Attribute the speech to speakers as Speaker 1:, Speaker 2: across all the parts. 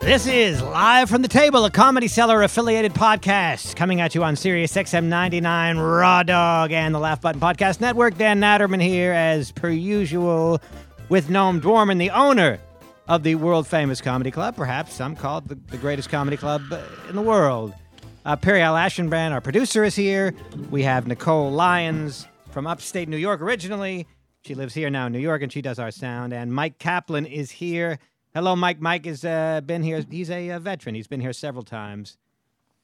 Speaker 1: This is Live from the Table, a Comedy Cellar affiliated podcast coming at you on Sirius XM 99, Raw Dog, and the Laugh Button Podcast Network. Dan Natterman here, as per usual, with Noam Dwarman, the owner of the world famous comedy club, perhaps some call it the, the greatest comedy club uh, in the world. Uh, Perry Al Ashenbrand, our producer, is here. We have Nicole Lyons from upstate New York originally. She lives here now in New York, and she does our sound. And Mike Kaplan is here. Hello, Mike. Mike has uh, been here. He's a, uh veteran. He's been here several times,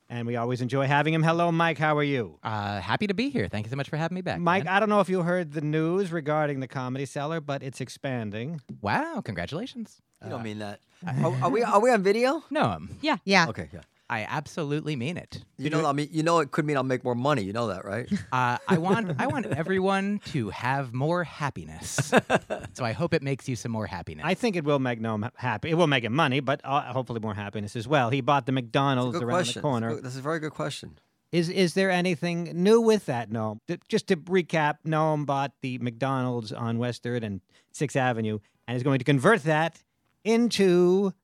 Speaker 1: and we always enjoy having him. Hello, Mike. How are you?
Speaker 2: Uh, happy to be here. Thank you so much for having me back.
Speaker 1: Mike,
Speaker 2: man.
Speaker 1: I don't know if you heard the news regarding the Comedy Cellar, but it's expanding.
Speaker 2: wow, congratulations.
Speaker 3: You don't mean that. Are, are we are we on video?
Speaker 2: No, um,
Speaker 4: Yeah. Yeah.
Speaker 3: Okay, yeah.
Speaker 2: I absolutely mean it.
Speaker 3: You, know, I mean, you know, it could mean I'll make more money. You know that, right?
Speaker 2: Uh, I want I want everyone to have more happiness. so I hope it makes you some more happiness.
Speaker 1: I think it will make Noam ha- happy. It will make him money, but uh, hopefully more happiness as well. He bought the McDonald's
Speaker 3: Good
Speaker 1: around
Speaker 3: question.
Speaker 1: the corner.
Speaker 3: That's a very good question.
Speaker 1: Is is there anything new with that, Noam? Th- Just to recap, Noam bought the McDonald's on West Third and Sixth Avenue, and is going to convert that into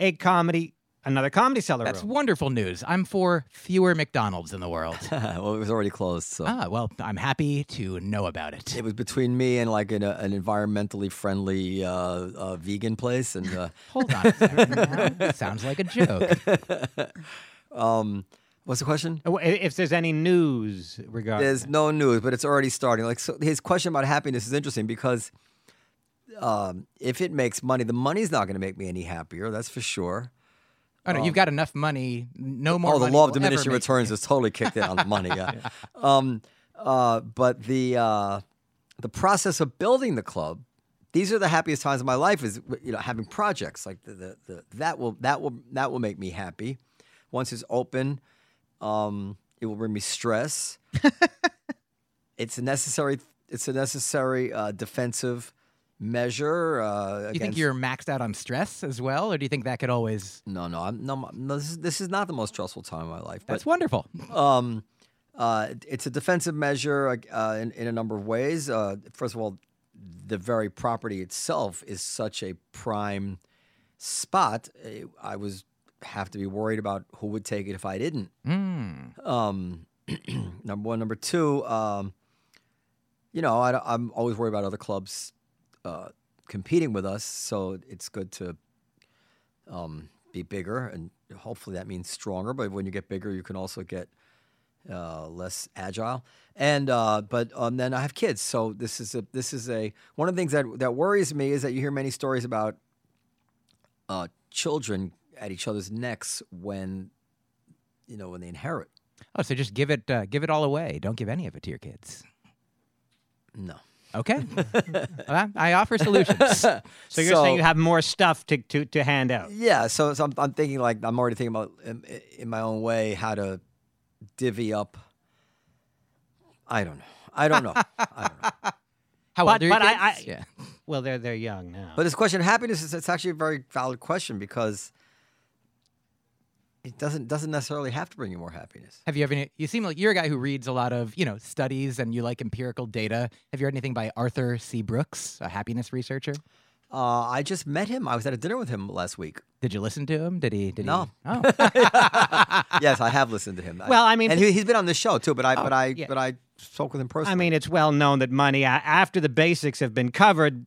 Speaker 1: a comedy, another comedy cellar
Speaker 2: That's
Speaker 1: room.
Speaker 2: wonderful news. I'm for fewer McDonald's in the world.
Speaker 3: well, it was already closed, so
Speaker 1: Oh.
Speaker 2: ah, well, I'm happy to know about it.
Speaker 3: it was between me and like an, uh, an environmentally friendly uh, uh, vegan place, and uh,
Speaker 2: Hold on. A second now. This sounds like a joke.
Speaker 3: what's the question?
Speaker 1: Uh, wh- If there's any news regarding
Speaker 3: There's no news, but it's already starting. Like so his question about happiness is interesting because um, if it makes money, the money's not going to make me any happier. That's for sure.
Speaker 2: Oh no, you've got enough money. No more.
Speaker 3: oh, the
Speaker 2: money
Speaker 3: law of
Speaker 2: will ever
Speaker 3: diminishing
Speaker 2: make-
Speaker 3: returns is totally kicked in on the money. Yeah. Um, uh, but the uh, the process of building the club, these are the happiest times of my life. Is you know having projects like the, the, the that will that will that will make me happy. Once it's open, um, it will bring me stress. it's a necessary. It's a necessary uh, defensive measure. Uh,
Speaker 2: You think
Speaker 3: against-
Speaker 2: you're maxed out on stress as well, or do you think that could always?
Speaker 3: No, no, I'm, no, no. This is this is not the most stressful time of my life. But
Speaker 2: That's wonderful.
Speaker 3: um, uh, it- it's a defensive measure like, uh, in, in a number of ways. Uh, first of all, the very property itself is such a prime spot. eh, I was have to be worried about who would take it if I didn't.
Speaker 2: Hmm.
Speaker 3: Um, number one, number two. Um, you know, I, don't- I'm always worried about other clubs uh, competing with us, so it's good to um, be bigger, and hopefully that means stronger. But when you get bigger, you can also get uh, less agile. And uh, but um, then I have kids, so this is a this is a one of the things that that worries me is that you hear many stories about uh, children at each other's necks when you know when they inherit.
Speaker 2: Oh, so just give it, uh, give it all away. Don't give any of it to your kids.
Speaker 3: No,
Speaker 2: Okay. Well, I offer solutions.
Speaker 1: So you're saying you have more stuff to, to, to hand out.
Speaker 3: Yeah, so, so I'm, I'm thinking like I'm already thinking about in, in my own way how to divvy up. I don't know. I don't know. I don't know.
Speaker 2: How
Speaker 1: But-
Speaker 2: old are your
Speaker 1: but I-
Speaker 2: kids?
Speaker 1: I-
Speaker 2: yeah.
Speaker 1: Well, they're they're young now.
Speaker 3: But this question of happiness is it's actually a very valid question because it doesn't doesn't necessarily have to bring you more happiness.
Speaker 2: Have you ever? You seem like you're a guy who reads a lot of, you know, studies and you like empirical data. Have you read anything by Arthur C. Brooks, a happiness researcher?
Speaker 3: Uh, I just met him. I was at a dinner with him last week.
Speaker 2: Did you listen to him? Did he? Did
Speaker 3: No.
Speaker 2: He, oh.
Speaker 3: yes, I have listened to him.
Speaker 1: Well, I mean- Oh,
Speaker 3: and he, he's been on this show too. But I but I
Speaker 1: yeah.
Speaker 3: but I spoke with him personally.
Speaker 1: I mean, it's well known that money a- after the basics have been covered,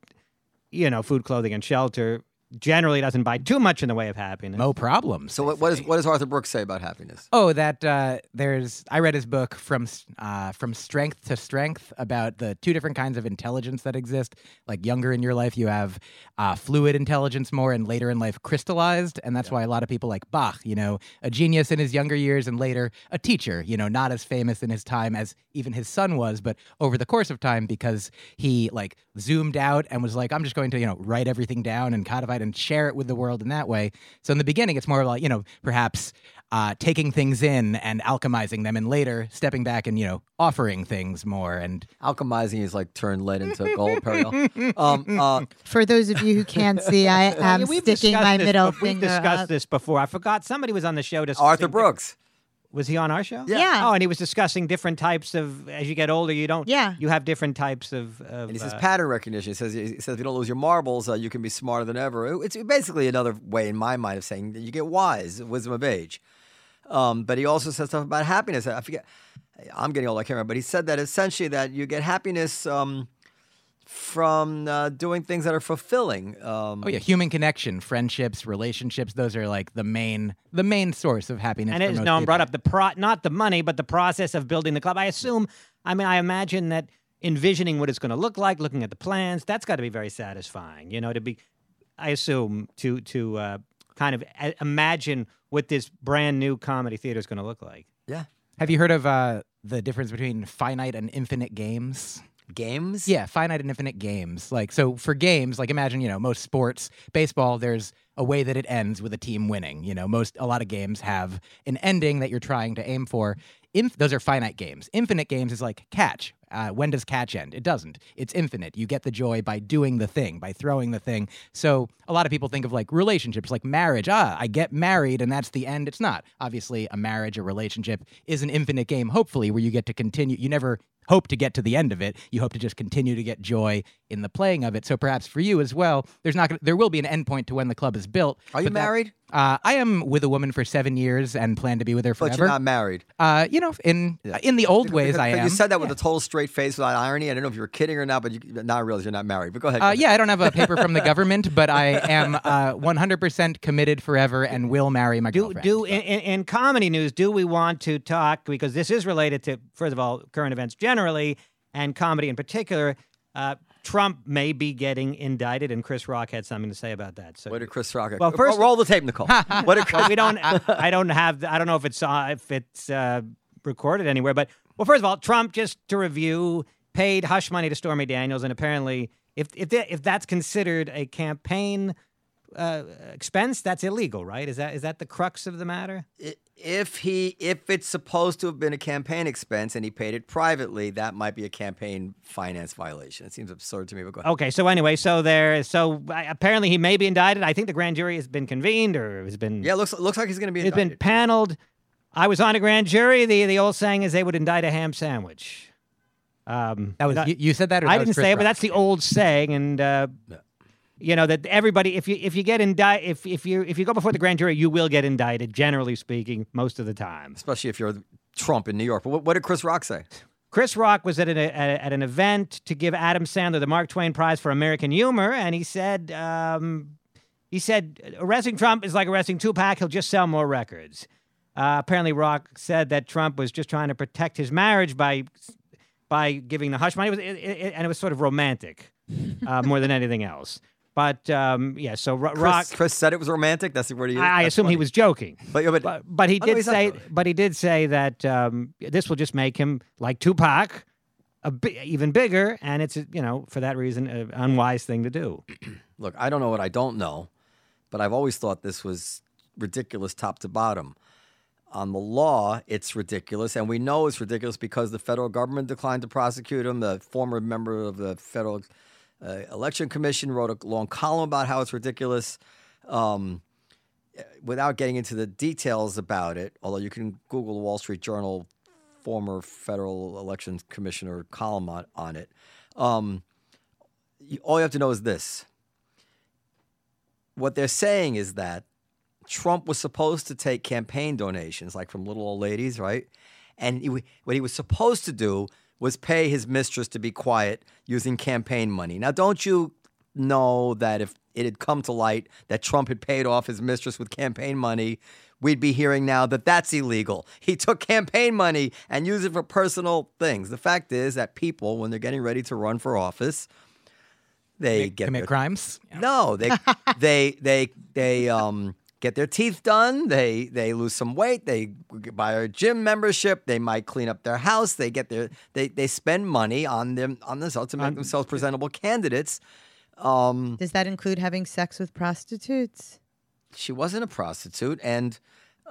Speaker 1: you know, food, clothing, and shelter generally doesn't buy too much in the way of happiness.
Speaker 2: No problem.
Speaker 3: so what, what is what does Arthur Brooks say about happiness?
Speaker 2: Oh, that uh, there's. I read his book from S- uh, from strength to strength about the two different kinds of intelligence that exist. Like younger in your life, you have uh, fluid intelligence more, and later in life, crystallized. And that's why a lot of people like Bach. You know, a genius in his younger years, and later a teacher. You know, not as famous in his time as even his son was, but over the course of time, because he like zoomed out and was like, I'm just going to you know write everything down and codify it and share it with the world in that way. So in the beginning, it's more of like you know perhaps uh, taking things in and alchemizing them, and later stepping back and you know offering things more. And
Speaker 3: Alchemizing is like turn lead into gold. Peril. Um, uh,
Speaker 4: For those of you who can't see, I
Speaker 1: Yeah,
Speaker 4: am
Speaker 1: we've
Speaker 4: sticking
Speaker 1: discussed
Speaker 4: my
Speaker 1: this
Speaker 4: middle
Speaker 1: bef- We've
Speaker 4: finger
Speaker 1: discussed
Speaker 4: up.
Speaker 1: this before. I forgot somebody was on the show. Just
Speaker 3: Arthur Brooks.
Speaker 1: Was he on our show?
Speaker 4: Yeah. Yeah.
Speaker 1: Oh, and he was discussing different types of. As you get older, you don't.
Speaker 4: Yeah.
Speaker 1: You have different types of. of
Speaker 3: And he says
Speaker 1: uh,
Speaker 3: pattern recognition. He says, he says if you don't lose your marbles, uh, you can be smarter than ever. It's basically another way, in my mind, of saying that you get wise, wisdom of age. Um, but he also says stuff about happiness. I forget. I'm getting old. I can't remember. But he said that essentially that you get happiness um, from uh, doing things that are fulfilling. Um,
Speaker 2: Oh yeah, human connection, friendships, relationships. Those are like the main the main source of happiness.
Speaker 1: and
Speaker 2: for
Speaker 1: it's
Speaker 2: most
Speaker 1: known
Speaker 2: people.
Speaker 1: brought up the pro not the money but the process of building the club i assume i mean i imagine that envisioning what it's going to look like looking at the plans that's got to be very satisfying you know to be i assume to to uh, kind of a- imagine what this brand new comedy theater is going to look like
Speaker 3: Yeah.
Speaker 2: Have you heard of uh, the difference between finite and infinite games?
Speaker 3: Games.
Speaker 2: Yeah, finite and infinite games. Like so for games, like imagine, you know, most sports, baseball, there's a way that it ends with a team winning. You know, most a lot of games have an ending that you're trying to aim for. Inf- those are finite games. Infinite games is like catch. Uh, when does catch end? It doesn't. It's infinite. You get the joy by doing the thing, by throwing the thing. So a lot of people think of like relationships, like marriage. Ah, I get married and that's the end. It's not. Obviously, a marriage, a relationship is an infinite game, hopefully, where you get to continue. You never hope to get to the end of it. You hope to just continue to get joy in the playing of it. So perhaps for you as well, there's not gonna, there will be an endpoint to when the club is built.
Speaker 3: Are you
Speaker 2: but that-
Speaker 3: married?
Speaker 2: uh, I am with a woman for seven years and plan to be with her
Speaker 3: But you're
Speaker 2: forever.
Speaker 3: not married.
Speaker 2: uh, you know, in
Speaker 3: Yeah.
Speaker 2: in the old
Speaker 3: Because-
Speaker 2: ways,
Speaker 3: because-
Speaker 2: I
Speaker 3: but
Speaker 2: am.
Speaker 3: You said that with a total straight face, without irony. I don't know if you were kidding or not, but you, now I realize you're not married. But go ahead. go
Speaker 2: Uh,
Speaker 3: ahead.
Speaker 2: yeah, I don't have a paper from the government, but I am uh, 100% committed forever and will marry my
Speaker 1: do
Speaker 2: girlfriend.
Speaker 1: do in, in, in comedy news do we want to talk because this is related to first of all current events generally and comedy in particular uh, trump may be getting indicted and chris rock had something to say about that so
Speaker 3: What did Chris Rock?
Speaker 1: Well, first-
Speaker 3: roll the tape, Nicole. what did Chris?
Speaker 1: But we don't. I don't have. I don't know if it's uh, if it's uh, recorded anywhere. But well, first of all, Trump just to review paid hush money to Stormy Daniels, and apparently, if if that, if that's considered a campaign uh, expense, that's illegal, right? Is that is that the crux of the matter?
Speaker 3: I- if he if it's supposed to have been a campaign expense and he paid it privately, that might be a campaign finance violation. It seems absurd to me, but go ahead.
Speaker 1: Okay. So anyway, so there. So uh, apparently, he may be indicted. I think the grand jury has been convened or has been
Speaker 3: Yeah, looks looks like he's going to be.
Speaker 1: it's been
Speaker 3: indicted.
Speaker 1: paneled. I was on a grand jury. The the old saying is they would indict a ham sandwich. Um,
Speaker 2: that was you, you said that, or
Speaker 1: I
Speaker 2: that was
Speaker 1: didn't
Speaker 2: Chris
Speaker 1: say it,
Speaker 2: Rock?
Speaker 1: but that's the old saying, and uh, you know that everybody, if you if you get indicted, if if you if you go before the grand jury, you will get indicted. Generally speaking, most of the time.
Speaker 3: especially if you're Trump in New York. But what, what did Chris Rock say?
Speaker 1: Chris Rock was at an at, at an event to give Adam Sandler the Mark Twain Prize for American Humor, and he said um, he said arresting Trump is like arresting Tupac. He'll just sell more records. Uh, apparently, Rock said that Trump was just trying to protect his marriage by by giving the hush money, it was, it, it, and it was sort of romantic uh, more than anything else. But um, yeah, so Ro- Rock,
Speaker 3: Chris, Chris said it was romantic. That's the word he used.
Speaker 1: I, I
Speaker 3: That's
Speaker 1: assume he
Speaker 3: funny.
Speaker 1: was joking
Speaker 3: But, but,
Speaker 1: but but he
Speaker 3: Oh, no,
Speaker 1: did
Speaker 3: he's not
Speaker 1: say
Speaker 3: joking.
Speaker 1: but he did say that um, this will just make him like Tupac, a bi- even bigger, and it's you know for that reason an unwise thing to do.
Speaker 3: look, I don't know what I don't know, but I've always thought this was ridiculous top to bottom. On the law, it's ridiculous, and we know it's ridiculous because the federal government declined to prosecute him. The former member of the federal uh, election commission wrote a long column about how it's ridiculous. Um, without getting into the details about it, although you can Google the Wall Street Journal former federal elections commissioner column on, on it. Um, you- all you have to know is this. What they're saying is that Trump was supposed to take campaign donations, like from little old ladies, right? And he, wa- what he was supposed to do was pay his mistress to be quiet using campaign money. Now, don't you know that if it had come to light that Trump had paid off his mistress with campaign money, we'd be hearing now that that's illegal. He took campaign money and used it for personal things. The fact is that people, when they're getting ready to run for office, they, get
Speaker 2: commit
Speaker 3: their
Speaker 2: crimes.
Speaker 3: no, they they they they um get their teeth done. They they lose some weight. They buy a gym membership. They might clean up their house. They get their they they spend money on them on themselves to make themselves presentable candidates. Um,
Speaker 4: Does that include having sex with prostitutes?
Speaker 3: she wasn't a prostitute, and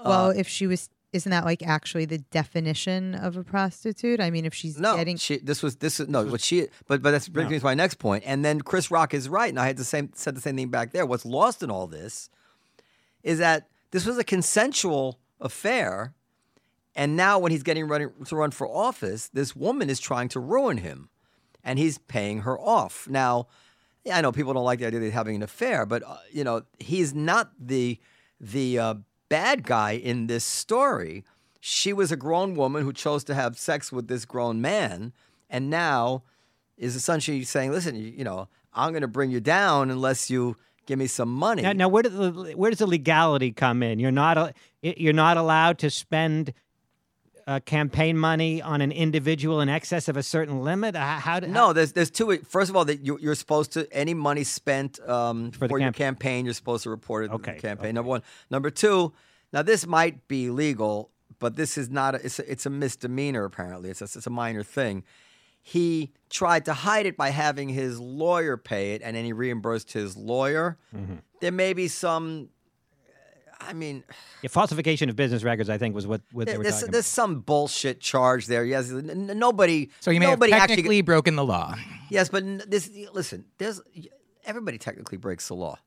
Speaker 4: well, if she was, isn't that like actually the definition of a prostitute? I mean, if she's
Speaker 3: no,
Speaker 4: getting,
Speaker 3: she this was this is no what she but but that's brings me to my next point. And then Chris Rock is right, and I had the same said the same thing back there. What's lost in all this is that this was a consensual affair And now, when he's getting ready to run for office, this woman is trying to ruin him, and he's paying her off. Now, yeah, I know people don't like the idea that he's having an affair, but uh, you know he's not the the uh, bad guy in this story. She was a grown woman who chose to have sex with this grown man, and now is essentially saying, "Listen, you, you know, I'm going to bring you down unless you give me some money."
Speaker 1: Now, now where, does the, where does the legality come in? You're not a- you're not allowed to spend uh, campaign money on an individual in excess of a certain limit. How, how do-
Speaker 3: No, there's there's two. First of all, that you, you're supposed to any money spent um, for,
Speaker 1: the
Speaker 3: your
Speaker 1: camp-
Speaker 3: campaign, you're supposed to report it to
Speaker 1: Okay,
Speaker 3: the campaign. Number one. Number two. Now this might be legal, but this is not. A, it's a, it's a misdemeanor. Apparently, it's a, it's a minor thing. He tried to hide it by having his lawyer pay it, and then he reimbursed his lawyer.
Speaker 1: Mm-hmm.
Speaker 3: There may be some. I mean,
Speaker 1: Yeah, falsification of business records, I think, was what, what they were
Speaker 3: there's,
Speaker 1: talking
Speaker 3: there's some bullshit charge there. Yes, n- n- nobody.
Speaker 2: So you may have
Speaker 3: nobody
Speaker 2: technically
Speaker 3: actually,
Speaker 2: broken the law.
Speaker 3: Yes, but n- this listen, there's everybody technically breaks the law.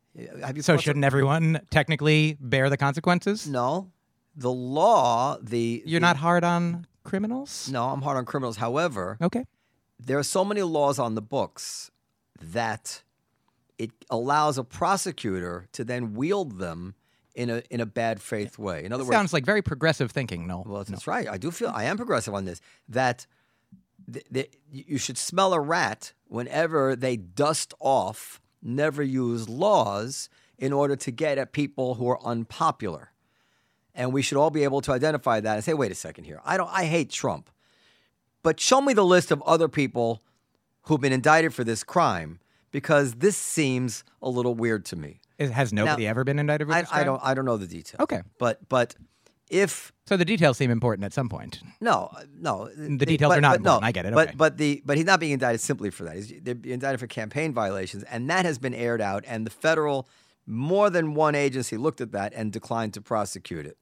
Speaker 3: Have you
Speaker 2: So
Speaker 3: thought-
Speaker 2: shouldn't everyone technically bear the consequences?
Speaker 3: No. The law, the
Speaker 2: You're not hard on criminals?
Speaker 3: No, I'm hard on criminals. However,
Speaker 2: Okay.
Speaker 3: there are so many laws on the books that it allows a prosecutor to then wield them in a in a bad faith way. In other words,
Speaker 2: Sounds like very progressive thinking, Noel.
Speaker 3: Well, that's right. I do feel I am progressive on this. That th- th- you should smell a rat whenever they dust off, never use laws in order to get at people who are unpopular. And we should all be able to identify that and say, wait a second here. I don't. I hate Trump, but show me the list of other people who've been indicted for this crime because this seems a little weird to me.
Speaker 2: It- Has nobody ever been indicted with
Speaker 3: I,
Speaker 2: this
Speaker 3: I
Speaker 2: crime?
Speaker 3: don't. I don't know the details.
Speaker 2: Okay.
Speaker 3: But but if
Speaker 2: So the details seem important at some point.
Speaker 3: no, uh, no.
Speaker 2: The details are not important. I get it.
Speaker 3: But
Speaker 2: Okay.
Speaker 3: but the but he's not being indicted simply for that. He's they're being indicted for campaign violations, and that has been aired out. And the federal, more than one agency looked at that and declined to prosecute it.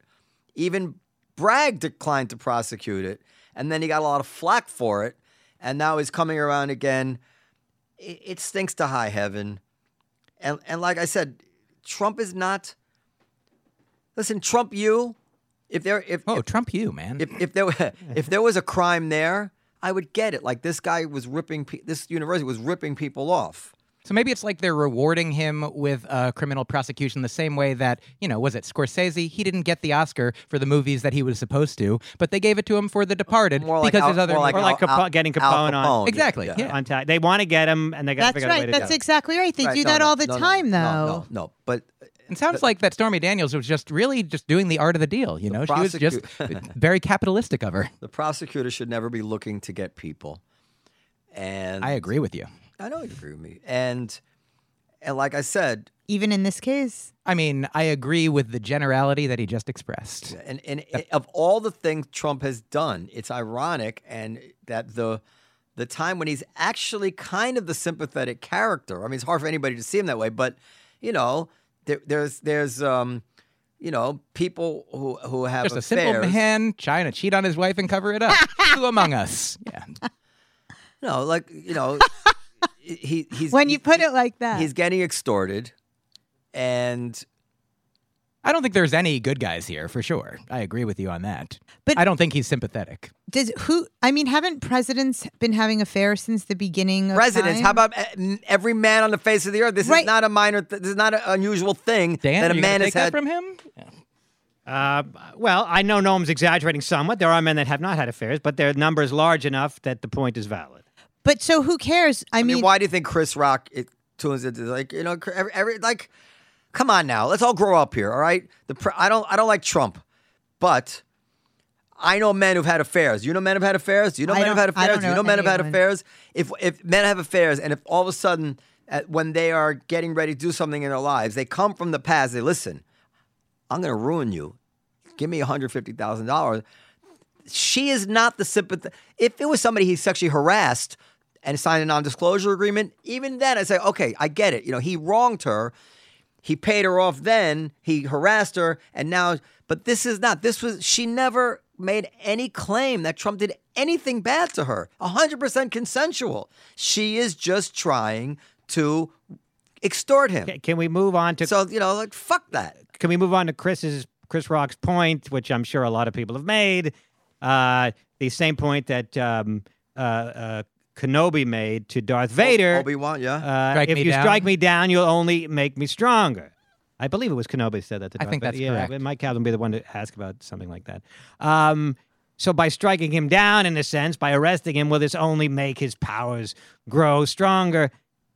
Speaker 3: Even Bragg declined to prosecute it, and then he got a lot of flack for it. And now he's coming around again. It, it stinks to high heaven, and and like I said, Trump is not. Listen, Trump, you. If there, if
Speaker 2: Oh, Trump you, man.
Speaker 3: if, if there were- if there was a crime there, I would get it. Like this guy was ripping pe- this university was ripping people off.
Speaker 2: so maybe it's like they're rewarding him with a criminal prosecution the same way that, you know, was it Scorsese? He didn't get the Oscar for the movies that he was supposed to, but they gave it to him for The Departed
Speaker 3: More like
Speaker 2: because
Speaker 3: Al-
Speaker 2: his other
Speaker 3: more like,
Speaker 1: Or like
Speaker 3: Al-
Speaker 1: Capo-
Speaker 3: Al-
Speaker 1: getting
Speaker 3: Al
Speaker 1: Capone on-
Speaker 3: Capone.
Speaker 2: Exactly, yeah.
Speaker 1: on time. They want to get him, and they got to
Speaker 4: That's
Speaker 1: figure out a way
Speaker 4: right.
Speaker 1: to
Speaker 4: That's
Speaker 1: do it.
Speaker 4: exactly right. They
Speaker 3: Right,
Speaker 4: do
Speaker 3: no,
Speaker 4: that
Speaker 3: no,
Speaker 4: all the
Speaker 3: no, no,
Speaker 4: time,
Speaker 3: no,
Speaker 4: though.
Speaker 3: No, no, but uh,
Speaker 2: It sounds like that Stormy Daniels was just really just doing the art of the deal. You know, she was just very capitalistic of her.
Speaker 3: the prosecutor should never be looking to get people. And
Speaker 2: I agree with you.
Speaker 3: I know you agree with me. And and like I said,
Speaker 4: Even in this case,
Speaker 2: I mean, I agree with the generality that he just expressed.
Speaker 3: and and it- of all the things Trump has done, it's ironic and that the the time when he's actually kind of the sympathetic character. I mean, it's hard for anybody to see him that way, but you know, there, there's there's um, you know, people who who have
Speaker 2: Just a
Speaker 3: affairs.
Speaker 2: simple man trying to cheat on his wife and cover it up. Who among us? Yeah.
Speaker 3: No, like you know, he he's
Speaker 4: when you
Speaker 3: he-
Speaker 4: put it like that,
Speaker 3: he's getting extorted, and
Speaker 2: I don't think there's any good guys here for sure. I agree with you on that.
Speaker 4: But-
Speaker 2: I don't think he's sympathetic.
Speaker 4: does who? I mean, haven't presidents been having affairs since the beginning? of
Speaker 3: presidents.
Speaker 4: time?
Speaker 3: How about uh, every man on the face of the earth? This
Speaker 4: Right.
Speaker 3: is not a minor. Th- this is not an unusual thing
Speaker 2: Dan,
Speaker 3: that
Speaker 2: are
Speaker 3: a
Speaker 2: you gonna
Speaker 3: man has
Speaker 2: take that
Speaker 3: had.
Speaker 2: from him. Yeah.
Speaker 1: Uh, well, I know Noam's exaggerating somewhat. There are men that have not had affairs, but their number is large enough that the point is valid.
Speaker 4: But so who cares? I,
Speaker 3: I
Speaker 4: mean,
Speaker 3: mean, why do you think Chris Rock it tunes into like you know cr- every, every like? Come on now, let's all grow up here, all right? The pre- I don't I don't like Trump, but I know men who've had affairs. You know men who've had affairs. Do you know
Speaker 4: I
Speaker 3: men who've had
Speaker 4: don't- I
Speaker 3: affairs?
Speaker 4: don't
Speaker 3: Do you
Speaker 4: know
Speaker 3: know men who've had
Speaker 4: anyone.
Speaker 3: affairs? If if men have affairs, and if all of a sudden uh when they are getting ready to do something in their lives, they come from the past. They listen. I'm going to ruin you. Give me $150,000. She is not the sympathy. If it was somebody he sexually harassed and signed a non disclosure agreement, even then I say, okay, I get it. You know, he wronged her. He paid her off then. He harassed her. And now, but this is not. This was, she never made any claim that Trump did anything bad to her. 100% consensual. She is just trying to extort him.
Speaker 1: Ca- Can we move on to
Speaker 3: So, you know, like, fuck that.
Speaker 1: Can we move on to Chris's Chris Rock's point, which I'm sure a lot of people have made, Uh, the same point that um, uh, uh, Kenobi made to Darth Vader.
Speaker 3: Obi Wan, yeah.
Speaker 1: Uh,
Speaker 2: Strike
Speaker 1: if
Speaker 2: me
Speaker 1: you
Speaker 2: down.
Speaker 1: strike me down, you'll only make me stronger. I believe it was Kenobi who said that. To
Speaker 2: I
Speaker 1: Darth
Speaker 2: think
Speaker 1: Vader.
Speaker 2: that's
Speaker 1: yeah,
Speaker 2: correct.
Speaker 1: but Mike Calvin would be the one to ask about something like that. Um, so by striking him down, in a sense, by arresting him, will this only make his powers grow stronger?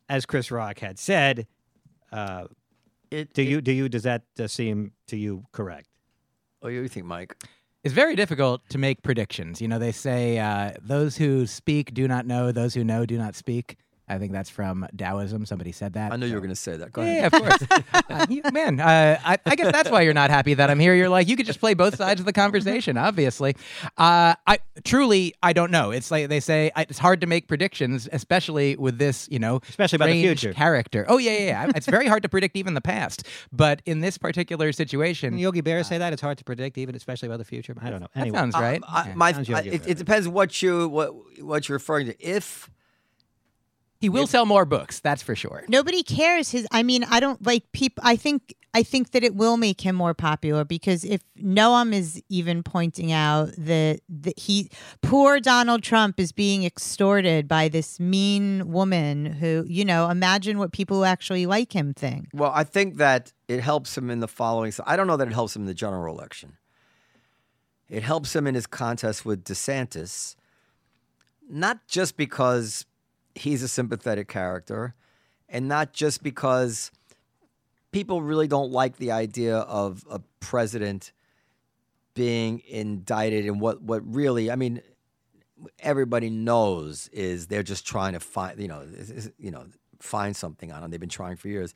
Speaker 1: As Chris Rock had said, uh,
Speaker 3: It-
Speaker 1: do
Speaker 3: it-
Speaker 1: you do you does that uh, seem to you correct?
Speaker 3: What do oh, you think, Mike?
Speaker 2: It's very difficult to make predictions. You know, they say uh, those who speak do not know, those who know do not speak. I think that's from Taoism. Somebody said that.
Speaker 3: I knew you were
Speaker 2: so-
Speaker 3: going to say that. Go
Speaker 2: Yeah,
Speaker 3: ahead.
Speaker 2: of course. Uh, you- man, uh, I, I guess that's why you're not happy that I'm here. You're like, you could just play both sides of the conversation, obviously. Uh, I truly, I don't know. It's like they say, I, it's hard to make predictions, especially with this, you know,
Speaker 1: Especially about the
Speaker 2: strange
Speaker 1: future.
Speaker 2: character. Oh yeah, yeah, yeah. it's very hard to predict even the past. But in this particular situation,
Speaker 1: Didn't Yogi Berra say that it's hard to predict, even especially about the future. Uh, I don't know.
Speaker 2: that
Speaker 1: Anyway, Uh,
Speaker 2: sounds
Speaker 3: Um,
Speaker 2: right.
Speaker 3: I-
Speaker 2: Yeah.
Speaker 3: my,
Speaker 1: Sounds
Speaker 3: I-
Speaker 1: yogi
Speaker 3: it,
Speaker 1: bear.
Speaker 3: it depends what you what what you're referring to. If
Speaker 2: he will sell more books, that's for sure.
Speaker 4: Nobody cares his I mean, I don't like people I think I think that it will make him more popular because if Noam is even pointing out that that he poor Donald Trump is being extorted by this mean woman who, you know, imagine what people who actually like him think.
Speaker 3: well, I think that it helps him in the following. So I don't know that it helps him in the general election. It helps him in his contest with DeSantis, not just because he's a sympathetic character, and not just because people really don't like the idea of a president being indicted and what what really I mean everybody knows is they're just trying to find you know is- is- you know find something on him they've been trying for years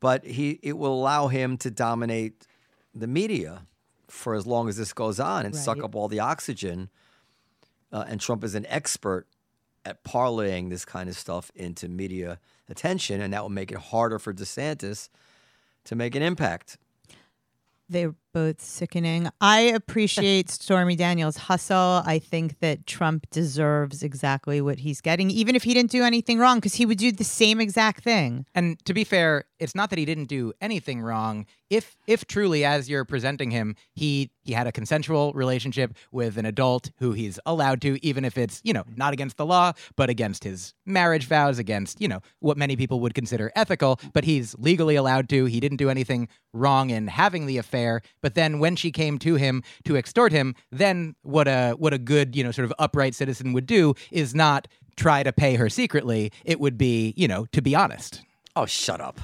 Speaker 3: but he it will allow him to dominate the media for as long as this goes on and suck
Speaker 4: Right.
Speaker 3: up all the oxygen uh, and Trump is an expert at parlaying this kind of stuff into media attention and that will make it harder for DeSantis to make an impact
Speaker 4: They're both sickening. I appreciate Stormy Daniels' hustle. I think that Trump deserves exactly what he's getting, even if he didn't do anything wrong, because he would do the same exact thing.
Speaker 2: And to be fair, it's not that he didn't do anything wrong. If if truly, as you're presenting him, he he had a consensual relationship with an adult who he's allowed to, even if it's you know not against the law, but against his marriage vows, against you know what many people would consider ethical. But he's legally allowed to. He didn't do anything wrong in having the affair. But then when she came to him to extort him, then what a what a good you know sort of upright citizen would do is not try to pay her secretly. It would be you know to be honest.
Speaker 3: Oh, shut up.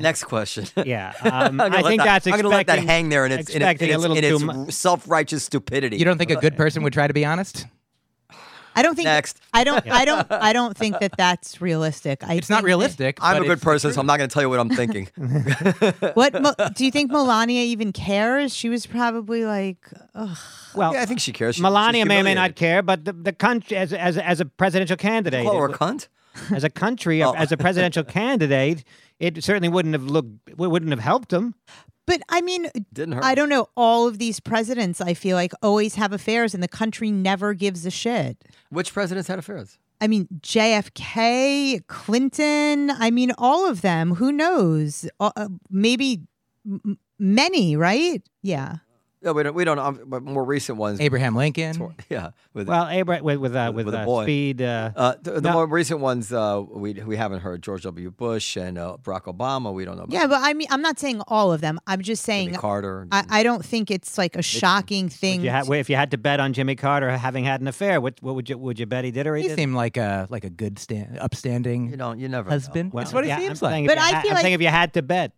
Speaker 3: Next question.
Speaker 1: yeah, um,
Speaker 3: I'm gonna
Speaker 1: I
Speaker 3: let
Speaker 1: think
Speaker 3: that,
Speaker 1: that's
Speaker 3: I'm
Speaker 1: expecting
Speaker 3: gonna let that hang there in its, in its,
Speaker 1: expecting
Speaker 3: in
Speaker 1: a
Speaker 3: its,
Speaker 1: little
Speaker 3: in
Speaker 1: too
Speaker 3: its
Speaker 1: mu-
Speaker 3: self-righteous stupidity.
Speaker 2: You don't think a good person would try to be honest?
Speaker 4: I don't think
Speaker 3: Next.
Speaker 4: I don't. I don't. I don't think that that's realistic. I
Speaker 2: It's not
Speaker 4: think
Speaker 2: realistic.
Speaker 3: I'm
Speaker 2: but
Speaker 3: a good
Speaker 2: it's the
Speaker 3: person, so I'm not going to tell you what I'm thinking.
Speaker 4: that- What Mo- do you think Melania even cares? She was probably like, ugh.
Speaker 1: well,
Speaker 3: yeah, I think she cares. She-
Speaker 1: Melania
Speaker 3: she's
Speaker 1: may or may not
Speaker 3: humiliated.
Speaker 1: care, but the, the country as as as a presidential candidate,
Speaker 3: Call her
Speaker 1: it-
Speaker 3: a cunt.
Speaker 1: as a country,
Speaker 3: Oh.
Speaker 1: as a presidential candidate, it certainly wouldn't have looked it wouldn't have helped him.
Speaker 4: But I mean,
Speaker 3: Didn't hurt.
Speaker 4: I don't know. All of these presidents, I feel like, always have affairs, and the country never gives a shit.
Speaker 3: Which president's had affairs?
Speaker 4: I mean, JFK, Clinton, I mean, all of them. Who knows? Uh, uh, maybe m- m- many, right? Yeah.
Speaker 3: No, we don't. We don't. Um, but more recent ones.
Speaker 2: Abraham Lincoln.
Speaker 3: Yeah. With,
Speaker 1: Well, Abra- with with uh, with,
Speaker 3: With- with a
Speaker 1: uh,
Speaker 3: boy.
Speaker 1: speed. Uh,
Speaker 3: uh, the, the
Speaker 1: no.
Speaker 3: more recent ones uh, we we haven't heard George W. Bush and uh, Barack Obama. We don't know. About
Speaker 4: Yeah, but I mean, I'm not saying all of them. I'm just
Speaker 3: Jimmy
Speaker 4: saying
Speaker 3: Carter.
Speaker 4: I, I don't think it's like a shocking
Speaker 1: if
Speaker 4: thing.
Speaker 1: you had if you had to bet on Jimmy Carter having had an affair, what what would you would you bet he did or he,
Speaker 2: He
Speaker 1: didn't?
Speaker 2: seemed like a like a good stand, upstanding
Speaker 3: you don't. You never. know.
Speaker 2: husband.
Speaker 1: Well,
Speaker 2: That's what
Speaker 1: yeah,
Speaker 2: it seems
Speaker 1: I'm
Speaker 2: like.
Speaker 1: saying if
Speaker 4: But
Speaker 1: you
Speaker 4: I
Speaker 1: ha-
Speaker 4: feel
Speaker 1: I'm
Speaker 4: like-
Speaker 1: saying if you had to bet,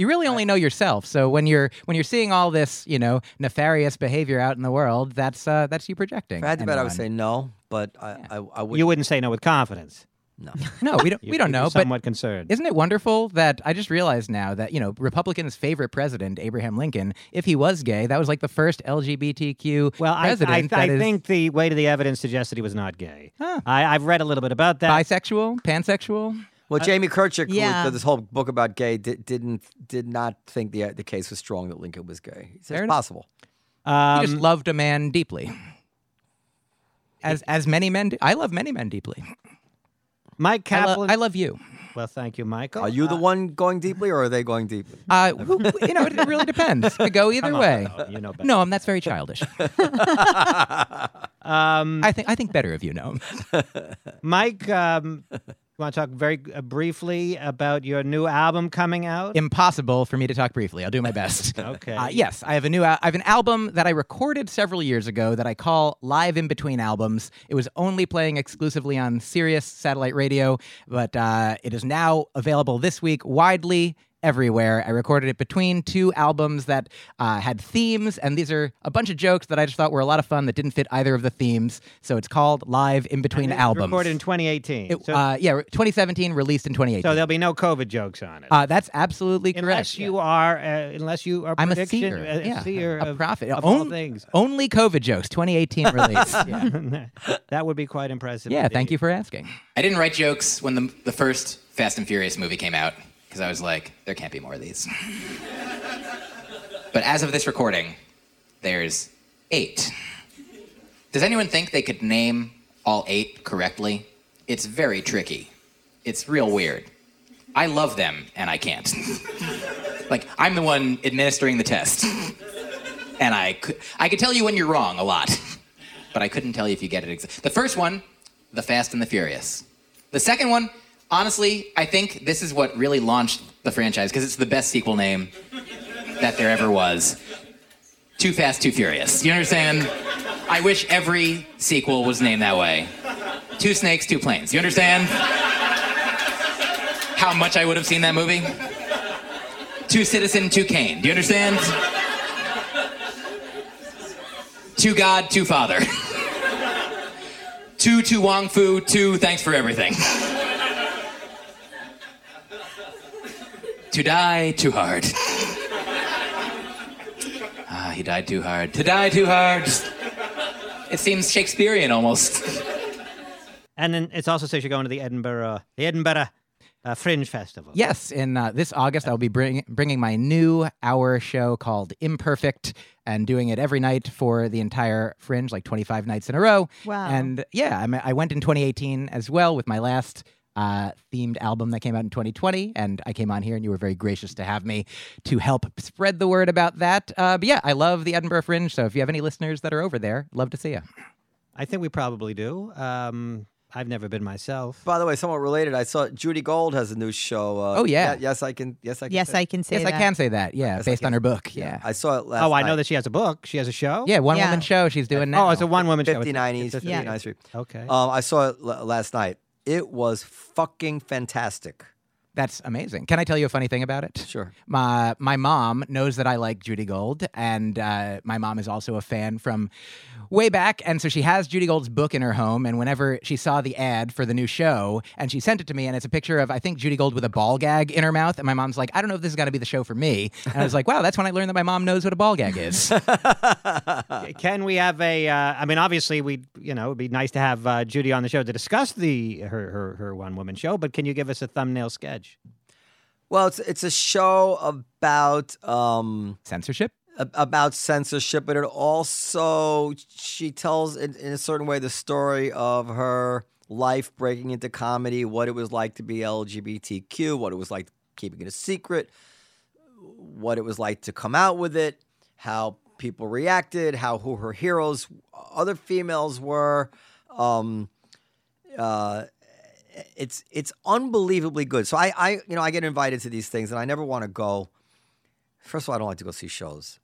Speaker 2: You really only know yourself. So when you're when you're seeing all this, you know, nefarious behavior out in the world, that's uh, that's you projecting.
Speaker 3: If I had to bet, I would say
Speaker 2: anyone.
Speaker 3: no, but I I, I would.
Speaker 1: you wouldn't say no with confidence.
Speaker 3: no.
Speaker 2: no. We don't.
Speaker 1: You-
Speaker 2: we
Speaker 1: you'd be
Speaker 2: don't know. But
Speaker 1: Somewhat concerned.
Speaker 2: Isn't it wonderful that I just realized now that, you know, Republicans' favorite president, Abraham Lincoln, if he was gay, that was like the first LGBTQ
Speaker 1: Well, I, I,
Speaker 2: president
Speaker 1: I
Speaker 2: that is
Speaker 1: think the weight of the evidence suggests that he was not gay.
Speaker 2: Huh.
Speaker 1: I, I've read a little bit about that.
Speaker 2: bisexual, pansexual.
Speaker 3: Well, Jamie Kirchick, who
Speaker 4: yeah.
Speaker 3: did this whole book about gay, did, didn't did not think the the case was strong that Lincoln was gay. He said
Speaker 2: Fair
Speaker 3: it's
Speaker 2: enough.
Speaker 3: possible.
Speaker 1: Um,
Speaker 2: He just loved a man deeply. As as many men do. I love many men deeply.
Speaker 1: Mike
Speaker 2: I, lo-
Speaker 1: Kaplan.
Speaker 2: I love you.
Speaker 1: Well, thank you, Michael.
Speaker 3: Are you the one going deeply, or are they going deeply?
Speaker 2: Uh, w- w- you know, it really depends. Could go either
Speaker 1: Come on,
Speaker 2: way.
Speaker 1: though, you know better.
Speaker 2: Noam, that's very childish.
Speaker 1: Um,
Speaker 2: I think I think better of you, Noam.
Speaker 1: Mike, um, you want to talk very uh, briefly about your new album coming out?
Speaker 2: Impossible for me to talk briefly. I'll do my best.
Speaker 1: Okay.
Speaker 2: Uh, yes, I have a new. Al- I have an album that I recorded several years ago that I call Live in Between Albums. It was only playing exclusively on Sirius satellite radio, but uh, it is now available this week widely everywhere. I recorded it between two albums that uh, had themes, and these are a bunch of jokes that I just thought were a lot of fun that didn't fit either of the themes. So it's called Live in Between
Speaker 1: It was
Speaker 2: Albums.
Speaker 1: Recorded in 2018.
Speaker 2: It-
Speaker 1: so,
Speaker 2: uh, yeah, 2017, released in 2018.
Speaker 1: so there'll be no COVID jokes on it.
Speaker 2: uh, that's absolutely correct.
Speaker 1: unless you are, uh, unless you are
Speaker 2: I'm a
Speaker 1: prediction,
Speaker 2: seer.
Speaker 1: a- a
Speaker 2: yeah,
Speaker 1: seer
Speaker 2: a
Speaker 1: of,
Speaker 2: prophet.
Speaker 1: of all
Speaker 2: only,
Speaker 1: things.
Speaker 2: only COVID jokes. 2018 release. yeah.
Speaker 1: that would be quite impressive.
Speaker 2: yeah, thank you for asking.
Speaker 5: I didn't write jokes when the, the first Fast and Furious movie came out because I was like, there can't be more of these. but as of this recording, there's eight. Does anyone think they could name all eight correctly? It's very tricky. It's real weird. I love them and I can't. like, I'm the one administering the test. and I could, I could tell you when you're wrong a lot, but I couldn't tell you if you get it. Ex- the first one, The Fast and the Furious. The second one, honestly, I think this is what really launched the franchise because it's the best sequel name that there ever was. Too Fast, Too Furious. You understand? I wish every sequel was named that way. Two Snakes, Two Planes. You understand? How much I would have seen that movie? Two Citizen, Two Kane. Do you understand? Two God, Two Father. Two to Wong Fu, two thanks for everything. to die too hard. Ah, he died too hard. To die too hard. It seems Shakespearean almost.
Speaker 1: And then it's also says you're going to the Edinburgh, the Edinburgh uh, Fringe Festival.
Speaker 2: Yes, in uh, this August, I'll be bring, bringing my new hour show called Imperfect and doing it every night for the entire Fringe, like 25 nights in a row.
Speaker 4: Wow.
Speaker 2: And yeah, I, mean, I went in 2018 as well with my last uh, themed album that came out in 2020. And I came on here and you were very gracious to have me to help spread the word about that. Uh, but yeah, I love the Edinburgh Fringe. So if you have any listeners that are over there, love to see you.
Speaker 1: I think we probably do. Um, I've never been myself.
Speaker 3: By the way, somewhat related, I saw Judy Gold has a new show. Uh,
Speaker 2: Oh, yeah.
Speaker 3: Ye- yes, I can. Yes, I can.
Speaker 4: Yes,
Speaker 3: say-
Speaker 4: I can say
Speaker 2: Yes,
Speaker 4: that.
Speaker 2: I can say that. Yeah,
Speaker 3: Yes, I
Speaker 2: based on
Speaker 3: can.
Speaker 2: her book. Yeah.
Speaker 3: I saw it last.
Speaker 1: Oh, I know
Speaker 3: night.
Speaker 1: that she has a book. She has a show.
Speaker 2: Yeah, one
Speaker 4: Yeah.
Speaker 2: woman show she's doing now.
Speaker 1: Oh, it's a one woman show. It's-
Speaker 3: 59
Speaker 1: it's
Speaker 3: East,
Speaker 1: a-
Speaker 3: 59
Speaker 4: Yeah.
Speaker 3: Street.
Speaker 1: Okay.
Speaker 3: Um, I saw it l- last night. It was fucking fantastic.
Speaker 2: Oh, That's amazing. Can I tell you a funny thing about it?
Speaker 3: Sure.
Speaker 2: My my mom knows that I like Judy Gold, and uh, my mom is also a fan from way back, and so she has Judy Gold's book in her home. And whenever she saw the ad for the new show, and she sent it to me, and it's a picture of I think Judy Gold with a ball gag in her mouth, and my mom's like, I don't know if this is gonna be the show for me, and I was like, Wow, that's when I learned that my mom knows what a ball gag is.
Speaker 1: Can we have a? Uh, I mean, obviously, we you know it'd be nice to have uh, Judy on the show to discuss the her her, her one woman show. But can you give us a thumbnail sketch?
Speaker 3: Well, it's it's a show about um
Speaker 2: Censorship.
Speaker 3: a- about censorship, but it also she tells in, in a certain way the story of her life breaking into comedy, what it was like to be LGBTQ, what it was like keeping it a secret, what it was like to come out with it, how people reacted, how who her heroes, other females were. Um, uh, it's it's unbelievably good. So I I you know I get invited to these things and I never want to go. First of all, I don't like to go see shows.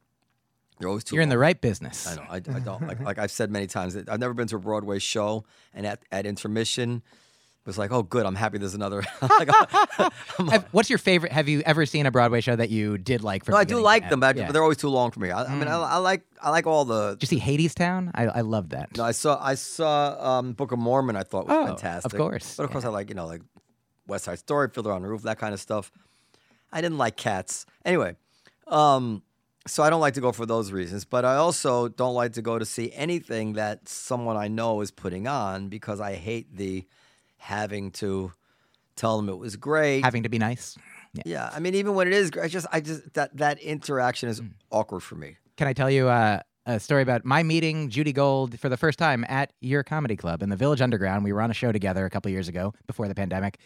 Speaker 3: They're always too.
Speaker 2: You're in
Speaker 3: long.
Speaker 2: the right business.
Speaker 3: I know. I, I don't like, like I've said many times. that I've never been to a Broadway show, and at, at intermission, it was like, oh, good. I'm happy there's another. like,
Speaker 2: Have- what's your favorite? Have you ever seen a Broadway show that you did like? From
Speaker 3: no, I do
Speaker 2: beginning to
Speaker 3: like
Speaker 2: end?
Speaker 3: them, but,
Speaker 2: Yeah. Mm.
Speaker 3: but they're always too long for me. I, I mean, I, I like I like all the.
Speaker 2: Did you see Hades Town? I, I love that.
Speaker 3: No, I saw I saw um, Book of Mormon. I thought was
Speaker 2: Oh, of
Speaker 3: fantastic.
Speaker 2: course,
Speaker 3: but of course I like you know like West Side Story, Fiddler on the Roof, that kind of stuff. I didn't like cats anyway, um, so I don't like to go for those reasons. But I also don't like to go to see anything that someone I know is putting on because I hate the having to tell them it was great.
Speaker 2: Having to be nice. Yeah.
Speaker 3: yeah,
Speaker 2: Mm.
Speaker 3: I mean even when it is great, I just I just that that interaction is awkward for me.
Speaker 2: Can I tell you uh, a story about my meeting Judy Gold for the first time at your comedy club in the Village Underground. We were on a show together a couple years ago before the pandemic,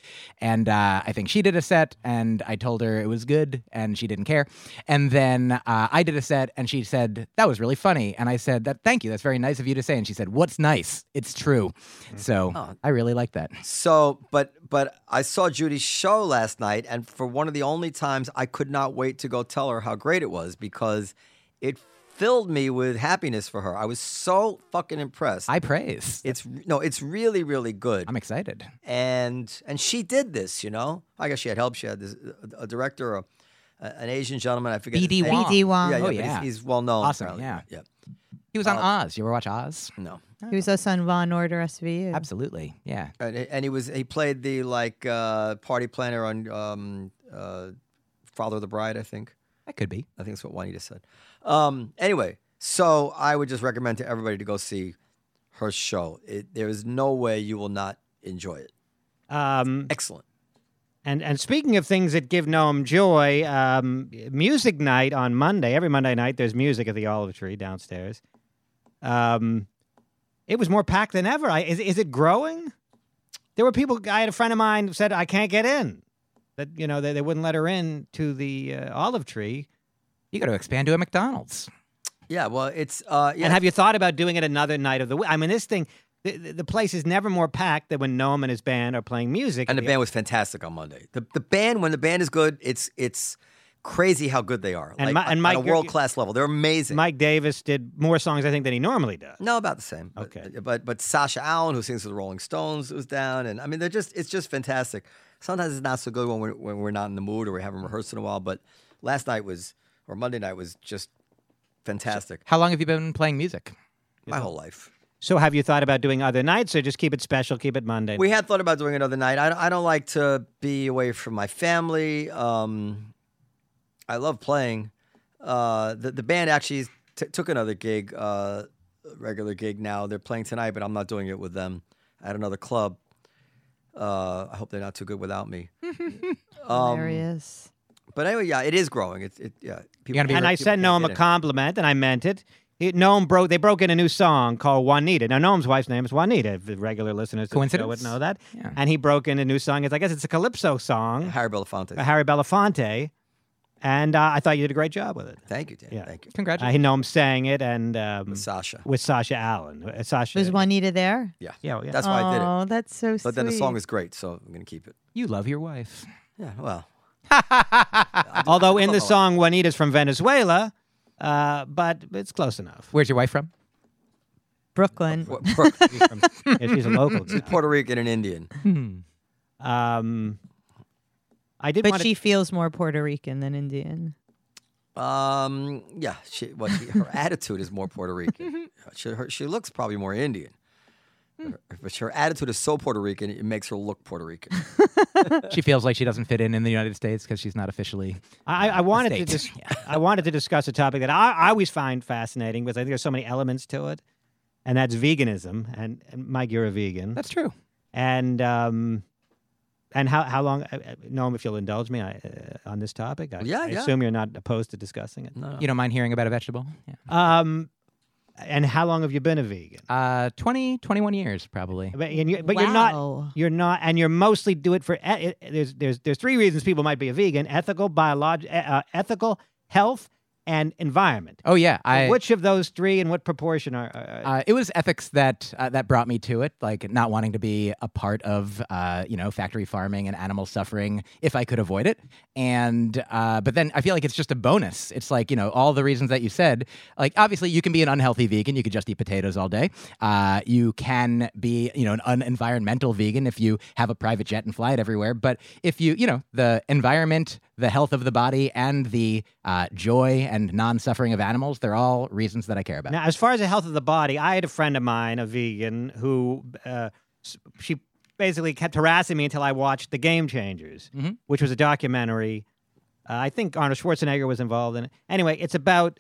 Speaker 2: and uh, I think she did a set, and I told her it was good, and she didn't care. And then uh, I did a set, and she said that was really funny, and I said that thank you, that's very nice of you to say. And she said, "What's nice? It's true." So
Speaker 3: Oh.
Speaker 2: I really like that.
Speaker 3: So, but but I saw Judy's show last night, and for one of the only times, I could not wait to go tell her how great it was because it filled me with happiness for her. I was so fucking impressed.
Speaker 2: I praise.
Speaker 3: it's no, it's really really good.
Speaker 2: I'm excited.
Speaker 3: and and she did this, you know. I guess she had help. She had this a, a director, a, a- an Asian gentleman. I forget. his
Speaker 2: BD
Speaker 3: name.
Speaker 2: Wong.
Speaker 4: BD
Speaker 3: Yeah,
Speaker 4: Wong.
Speaker 3: yeah,
Speaker 2: Oh,
Speaker 3: but he's-
Speaker 2: yeah.
Speaker 3: He's, well known.
Speaker 2: Awesome,
Speaker 3: apparently.
Speaker 2: yeah.
Speaker 3: yeah.
Speaker 2: He was on Oz. You ever watch Oz?
Speaker 3: No,
Speaker 4: He was also on Law and Order SVU.
Speaker 2: Absolutely. Yeah.
Speaker 3: and, he- and he was he played the like uh, party planner on um, uh, Father of the Bride, I think.
Speaker 2: That could be.
Speaker 3: I think that's what Juanita said. Um, anyway, so I would just recommend to everybody to go see her show. It, there is no way you will not enjoy it.
Speaker 1: Um,
Speaker 3: Excellent.
Speaker 1: And and speaking of things that give Noam joy, um, music night on Monday. Every Monday night, there's music at the Olive Tree downstairs. Um, it was more packed than ever. I, is is it growing? There were people. I had a friend of mine who said I can't get in. That you know they, they wouldn't let her in to the uh, Olive Tree.
Speaker 2: You got to expand to a McDonald's.
Speaker 3: Yeah. Well, it's uh, yeah.
Speaker 1: And have you thought about doing it another night of the week? I mean, this thing, the, the the place is never more packed than when Noam and his band are playing music.
Speaker 3: and the
Speaker 1: at
Speaker 3: band was fantastic on Monday. The the band when the band is good, it's it's crazy how good they are.
Speaker 1: And
Speaker 3: like,
Speaker 1: Mi- and Mike,
Speaker 3: on a
Speaker 1: you're-
Speaker 3: world class level, they're amazing.
Speaker 1: Mike Davis did more songs, I think, than he normally does.
Speaker 3: No, about the same. But-
Speaker 1: Okay.
Speaker 3: But, but Sasha Allen, who sings with the Rolling Stones, was down, and I mean, they're just it's just fantastic. Sometimes it's not so good when we're when we're not in the mood or we haven't rehearsed in a while. But last night was or Monday night was just fantastic.
Speaker 2: How long have you been playing music?
Speaker 3: My whole life.
Speaker 1: So have you thought about doing other nights or just keep it special, keep it Monday?
Speaker 3: We had thought about doing another night. I, I don't like to be away from my family. Um, I love playing. Uh, the, the band actually t- took another gig, uh, regular gig now. They're playing tonight, but I'm not doing it with them at another club. Uh, I hope they're not too good without me. Um,
Speaker 4: Hilarious.
Speaker 3: But anyway, yeah, it is growing. It, it yeah. People,
Speaker 2: gotta be
Speaker 1: and I
Speaker 3: people
Speaker 1: sent
Speaker 3: can't
Speaker 1: Noam a
Speaker 3: get in.
Speaker 1: compliment, and I meant it. it Noam broke. They broke in a new song called Juanita. Now Noam's wife's name is Juanita. If the regular listeners to the show would
Speaker 2: Coincidence?
Speaker 1: know that.
Speaker 2: Yeah.
Speaker 1: And he broke in a new song. It's I guess it's a calypso song,
Speaker 3: Harry Belafonte.
Speaker 1: by Harry Belafonte. And uh, I thought you did a great job with it.
Speaker 3: Thank you, Dan.
Speaker 1: Yeah.
Speaker 3: Thank you.
Speaker 1: Uh,
Speaker 2: Congratulations.
Speaker 1: he Noam sang it, and um,
Speaker 3: Sasha.
Speaker 1: with Sasha Allen. Uh, Sasha.
Speaker 4: Was Juanita there?
Speaker 3: Yeah.
Speaker 1: Yeah, yeah.
Speaker 3: That's why I did it.
Speaker 4: Oh, that's so sweet.
Speaker 3: But then the song is great, so I'm going to keep it.
Speaker 2: you love your wife.
Speaker 3: Yeah, well.
Speaker 1: Although in the song Juanita's from Venezuela, uh, but it's close enough.
Speaker 2: Where's your wife from?
Speaker 4: Brooklyn.
Speaker 3: What- Brooke,
Speaker 1: Yeah, she's a local. guy.
Speaker 3: Puerto Rican and Indian.
Speaker 1: Um, I did.
Speaker 4: But
Speaker 1: wanna-
Speaker 4: she feels more Puerto Rican than Indian.
Speaker 3: Um, yeah, she, well, she, her attitude is more Puerto Rican.
Speaker 1: Mm-hmm.
Speaker 3: she, her, she looks probably more Indian.
Speaker 1: Hmm.
Speaker 3: Her- But her attitude is so Puerto Rican, it makes her look Puerto Rican.
Speaker 2: She feels like she doesn't fit in in the United States because she's not officially.
Speaker 1: I, I wanted to
Speaker 2: state.
Speaker 1: dis- I wanted to discuss a topic that I, I always find fascinating because I think there's so many elements to it, and that's veganism. And, and Mike, you're a vegan,
Speaker 2: That's true.
Speaker 1: and um, and how how long? uh, uh, Noam, if you'll indulge me I, uh, on this topic, I,
Speaker 3: Yeah,
Speaker 1: I
Speaker 3: yeah.
Speaker 1: assume you're not opposed to discussing it.
Speaker 3: No,
Speaker 2: You don't mind hearing about a vegetable? Yeah.
Speaker 1: Um, and how long have you been a vegan?
Speaker 2: Uh, 20, 21 years probably.
Speaker 1: But, and you, but
Speaker 4: wow.
Speaker 1: you're not. You're not, and you're mostly do it for. e- e- There's there's there's three reasons people might be a vegan: ethical, biolog- e- uh, ethical, health, and environment.
Speaker 2: Oh yeah, I.
Speaker 1: Which of those three and what proportion are? are
Speaker 2: Uh, it was ethics that uh, that brought me to it, like not wanting to be a part of, uh, you know, factory farming and animal suffering if I could avoid it. And uh, but then I feel like it's just a bonus. It's like you know all the reasons that you said. Like obviously you can be an unhealthy vegan. You could just eat potatoes all day. Uh, you can be you know an unenvironmental vegan if you have a private jet and fly it everywhere. But if you you know the environment, the health of the body, and the uh, joy and non-suffering of animals, they're all reasons that I care about.
Speaker 1: now, as far as the health of the body, I had a friend of mine, a vegan, who uh, s- she basically kept harassing me until I watched The Game Changers,
Speaker 2: Mm-hmm.
Speaker 1: which was a documentary. Uh, I think Arnold Schwarzenegger was involved in it. Anyway, it's about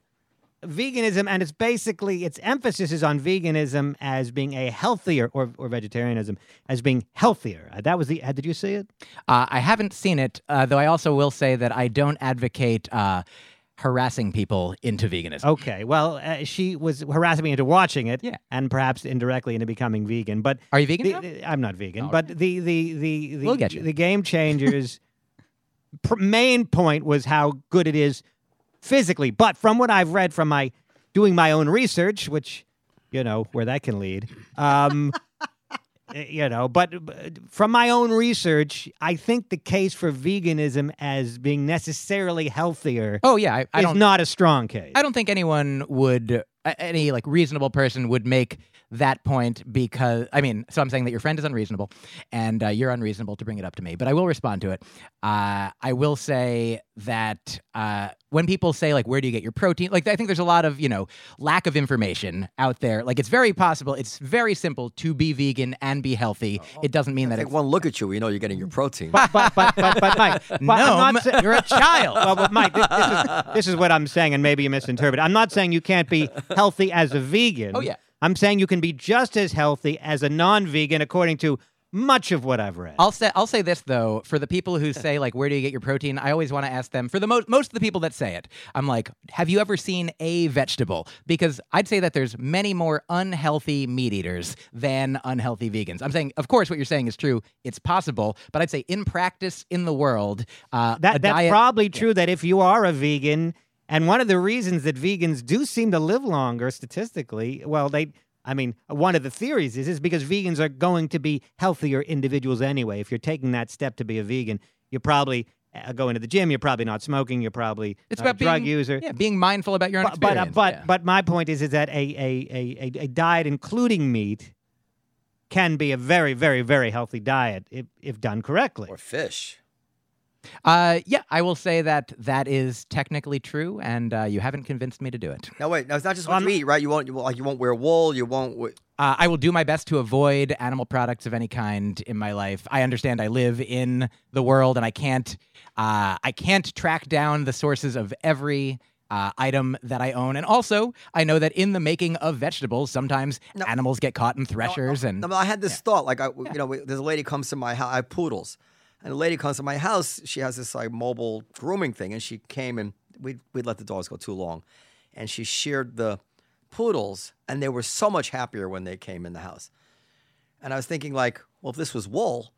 Speaker 1: veganism, and it's basically its emphasis is on veganism as being a healthier, or, or vegetarianism as being healthier. Uh, that was the. uh, Did you see it?
Speaker 2: Uh, I haven't seen it, uh, though I also will say that I don't advocate uh, harassing people into veganism.
Speaker 1: Okay. Well, uh, she was harassing me into watching it,
Speaker 2: Yeah.
Speaker 1: and perhaps indirectly into becoming vegan. But
Speaker 2: Are you vegan
Speaker 1: the-
Speaker 2: now?
Speaker 1: the- I'm not vegan, but the the the the,
Speaker 2: We'll get you.
Speaker 1: the game changers pr- main point was how good it is physically. But from what I've read from my doing my own research, which you know where that can lead. Um, eh, you know, but, but from my own research, I think the case for veganism as being necessarily healthier
Speaker 2: Oh yeah, I, I
Speaker 1: is
Speaker 2: don't.
Speaker 1: not a strong case.
Speaker 2: I don't think anyone would, a- any like reasonable person would make that point because I mean, so I'm saying that your friend is unreasonable, and uh, you're unreasonable to bring it up to me. But I will respond to it. Uh, I will say that uh, when people say like, "Where do you get your protein?" Like, I think there's a lot of you know lack of information out there. Like, it's very possible. It's very simple to be vegan and be healthy.
Speaker 1: Oh,
Speaker 2: It doesn't mean that
Speaker 3: Take
Speaker 2: it's
Speaker 3: one look at you, you know you're getting your protein.
Speaker 1: but but but but Mike, but I'm
Speaker 2: no.
Speaker 1: not sa-
Speaker 2: You're a child.
Speaker 1: well, but Mike, this, this, is, this is what I'm saying, and maybe you misinterpret. I'm not saying you can't be healthy as a vegan.
Speaker 2: Oh, yeah.
Speaker 1: I'm saying you can be just as healthy as a non-vegan, according to much of what I've read.
Speaker 2: I'll say I'll say this though for the people who say like where do you get your protein I always want to ask them for the most most of the people that say it I'm like have you ever seen a vegetable because I'd say that there's many more unhealthy meat eaters than unhealthy vegans I'm saying of course what you're saying is true it's possible but I'd say in practice in the world uh, a
Speaker 1: that that's
Speaker 2: diet-
Speaker 1: probably true. That if you are a vegan, and one of the reasons that vegans do seem to live longer statistically, well, they. I mean, one of the theories is is because vegans are going to be healthier individuals anyway. If you're taking that step to be a vegan, you're probably uh, going to the gym. You're probably not smoking. You're probably
Speaker 2: it's
Speaker 1: not
Speaker 2: about
Speaker 1: a drug
Speaker 2: being,
Speaker 1: user.
Speaker 2: yeah being mindful about your own
Speaker 1: but but, uh,
Speaker 2: experience.
Speaker 1: but,
Speaker 2: Yeah.
Speaker 1: but my point is is that a, a, a, a, a diet including meat can be a very very very healthy diet if, if done correctly.
Speaker 3: or fish.
Speaker 2: uh, yeah I will say that that is technically true and uh, you haven't convinced me to do it.
Speaker 3: No, wait. No, it's not just
Speaker 1: Well,
Speaker 3: what you
Speaker 1: I'm-
Speaker 3: eat, right? You won't, you won't, like, you won't wear wool. You won't. we-
Speaker 2: Uh, I will do my best to avoid animal products of any kind in my life. I understand I live in the world, and I can't, uh, I can't track down the sources of every uh, item that I own. And also, I know that in the making of vegetables, sometimes
Speaker 3: No.
Speaker 2: animals get caught in threshers, and
Speaker 3: I, mean, I had this thought, like I, you know, we, there's a lady comes to my house. I have poodles, and a lady comes to my house. She has this like mobile grooming thing, and she came and we we let the dogs go too long, and she sheared the poodles, and they were so much happier when they came in the house. And I was thinking, like, well, if this was wool,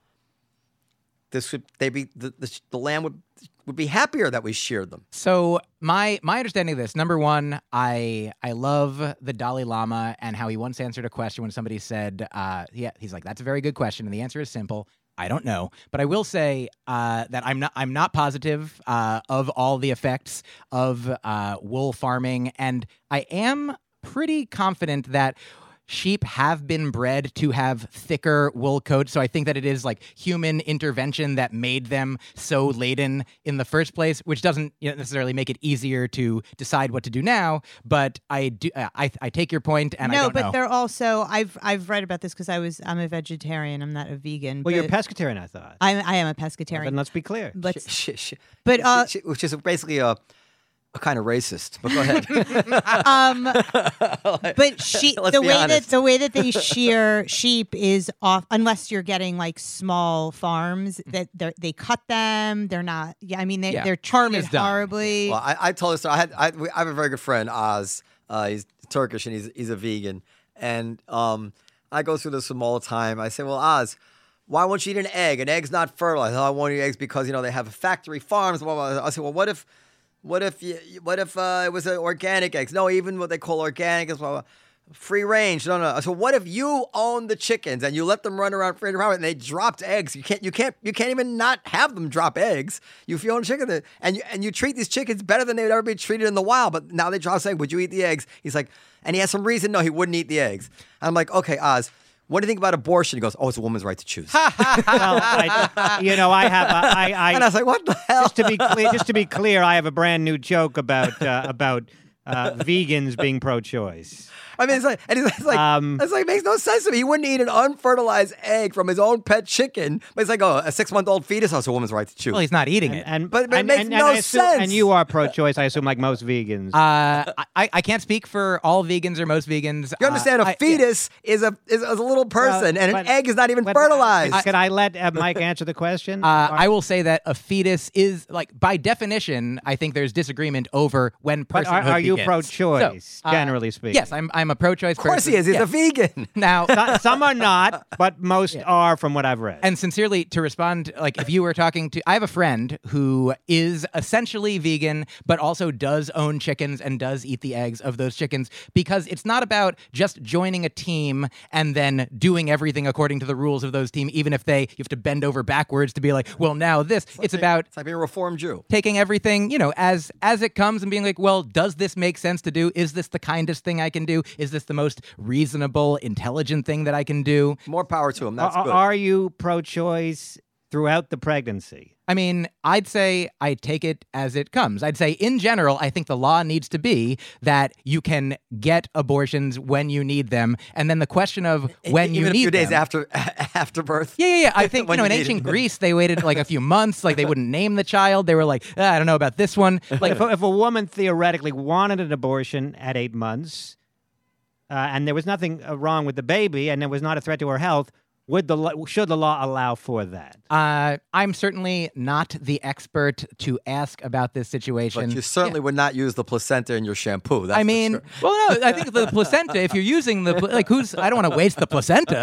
Speaker 3: this would they be the the, the lamb would would be happier that we sheared them.
Speaker 2: So my my understanding of this, number one, I I love the Dalai Lama and how he once answered a question when somebody said, uh, yeah, he's like, that's a very good question, and the answer is simple. I don't know, but I will say uh, that I'm not I'm not positive uh, of all the effects of uh, wool farming, and I am pretty confident that sheep have been bred to have thicker wool coats so i think that it is like human intervention that made them so laden in the first place which doesn't you know, necessarily make it easier to decide what to do now but i do uh, I, I take your point and i
Speaker 4: no,
Speaker 2: don't
Speaker 4: but
Speaker 2: know
Speaker 4: they're also I've I've read about this because I was I'm a vegetarian. I'm not a vegan.
Speaker 1: Well, you're a
Speaker 4: but
Speaker 1: pescatarian, I thought.
Speaker 4: I'm, I am a
Speaker 1: Then
Speaker 4: pescatarian.
Speaker 1: let's be clear.
Speaker 4: Let's
Speaker 3: She- she-
Speaker 4: But,
Speaker 3: she-
Speaker 4: uh,
Speaker 3: she- which is basically a, a kind of racist. But go ahead.
Speaker 4: um, but she
Speaker 3: Let's
Speaker 4: the
Speaker 3: be
Speaker 4: way
Speaker 3: honest.
Speaker 4: that the way that they shear sheep is off unless you're getting like small farms that they they cut them. They're not. Yeah, I mean they
Speaker 2: Yeah.
Speaker 4: they're
Speaker 2: Harm
Speaker 4: treated
Speaker 2: is done.
Speaker 4: horribly.
Speaker 3: Well, I, I told this. I had. I, we- I have a very good friend, Oz. Uh, he's Turkish and he's he's a vegan. And um, I go through this with him all the time. I say, "Well, Oz, why won't you eat an egg? An egg's not fertilized. Oh, I won't eat eggs because you know they have factory farms." Blah, blah, blah. I say, "Well, what if, what if, you, what if uh, it was an organic eggs? No, even what they call organic is blah, blah. free range. No, no. So what if you own the chickens and you let them run around free range and they dropped eggs? You can't, you can't, you can't even not have them drop eggs. You own chicken they- and you and you treat these chickens better than they would ever be treated in the wild. But now they drop saying, "Would you eat the eggs?" He's like, and he has some reason. No, he wouldn't eat the eggs. I'm like, okay, Oz. What do you think about abortion? He goes, "Oh, it's a woman's right to choose."
Speaker 1: well, I, you know, I have. A, I, I,
Speaker 3: and I was like, "What the hell?"
Speaker 1: just to be clear, just to be clear, I have a brand new joke about uh, about uh, vegans being pro-choice.
Speaker 3: I mean, it's like, and it's like,
Speaker 1: Um,
Speaker 3: it's like, it makes no sense to me. He wouldn't eat an unfertilized egg from his own pet chicken. But it's like, oh, a six month old fetus has a woman's right to choose.
Speaker 2: Well, he's not eating it.
Speaker 1: And,
Speaker 3: But it
Speaker 1: and,
Speaker 3: makes
Speaker 1: and,
Speaker 3: no
Speaker 1: and I assume- And
Speaker 3: sense.
Speaker 1: you are pro-choice, I assume, like most vegans.
Speaker 2: Uh, I, I can't speak for all vegans or most vegans. Uh,
Speaker 3: you understand?
Speaker 2: a
Speaker 3: a fetus is a is, is a little person, and
Speaker 1: but-
Speaker 3: an egg is not even
Speaker 1: But-
Speaker 3: fertilized.
Speaker 1: Can I let uh, Mike answer the question?
Speaker 2: Uh, I will say that a fetus is like by definition. I think there's disagreement over when
Speaker 1: But
Speaker 2: personhood
Speaker 1: are, are you
Speaker 2: begins.
Speaker 1: pro-choice,
Speaker 2: So, uh,
Speaker 1: generally speaking?
Speaker 2: Yes, I'm. I'm a pro-choice.
Speaker 3: of course, he is. He's a vegan.
Speaker 2: Now,
Speaker 1: So- Some are not, but most are, from what I've read.
Speaker 2: and sincerely to respond like if you were talking to i have a friend who is essentially vegan but also does own chickens and does eat the eggs of those chickens because it's not about just joining a team and then doing everything according to the rules of those team even if they you have to bend over backwards to be like well now this it's about
Speaker 3: It's like being a reformed Jew.
Speaker 2: taking everything you know as as it comes and being like well does this make sense to do is this the kindest thing i can do is this the most reasonable intelligent thing that i can do
Speaker 3: More power to him.
Speaker 1: Are,
Speaker 3: That's good.
Speaker 1: are you pro-choice throughout the pregnancy?
Speaker 2: I mean, I'd say I take it as it comes. I'd say, in general, I think the law needs to be that you can get abortions when you need them, and then the question of when
Speaker 3: E-, even
Speaker 2: you
Speaker 3: a
Speaker 2: need
Speaker 3: few days
Speaker 2: them.
Speaker 3: after after birth.
Speaker 2: Yeah, yeah, yeah. I think you
Speaker 3: When
Speaker 2: know
Speaker 3: you
Speaker 2: in
Speaker 3: need
Speaker 2: ancient
Speaker 3: it.
Speaker 2: Greece they waited like a few months. Like they wouldn't name the child. They were like, "Ah, I don't know about this one. Like
Speaker 1: If a, if a woman theoretically wanted an abortion at eight months, uh, and there was nothing uh, wrong with the baby, and there was not a threat to her health, would the lo- should the law allow for that?
Speaker 2: Uh, I'm certainly not the expert to ask about this situation.
Speaker 3: But you certainly would not use the placenta in your shampoo. That's
Speaker 2: I
Speaker 3: for
Speaker 2: mean,
Speaker 3: sure.
Speaker 2: well, no, I think the placenta. If you're using the pla- like, who's? I don't want to waste the placenta.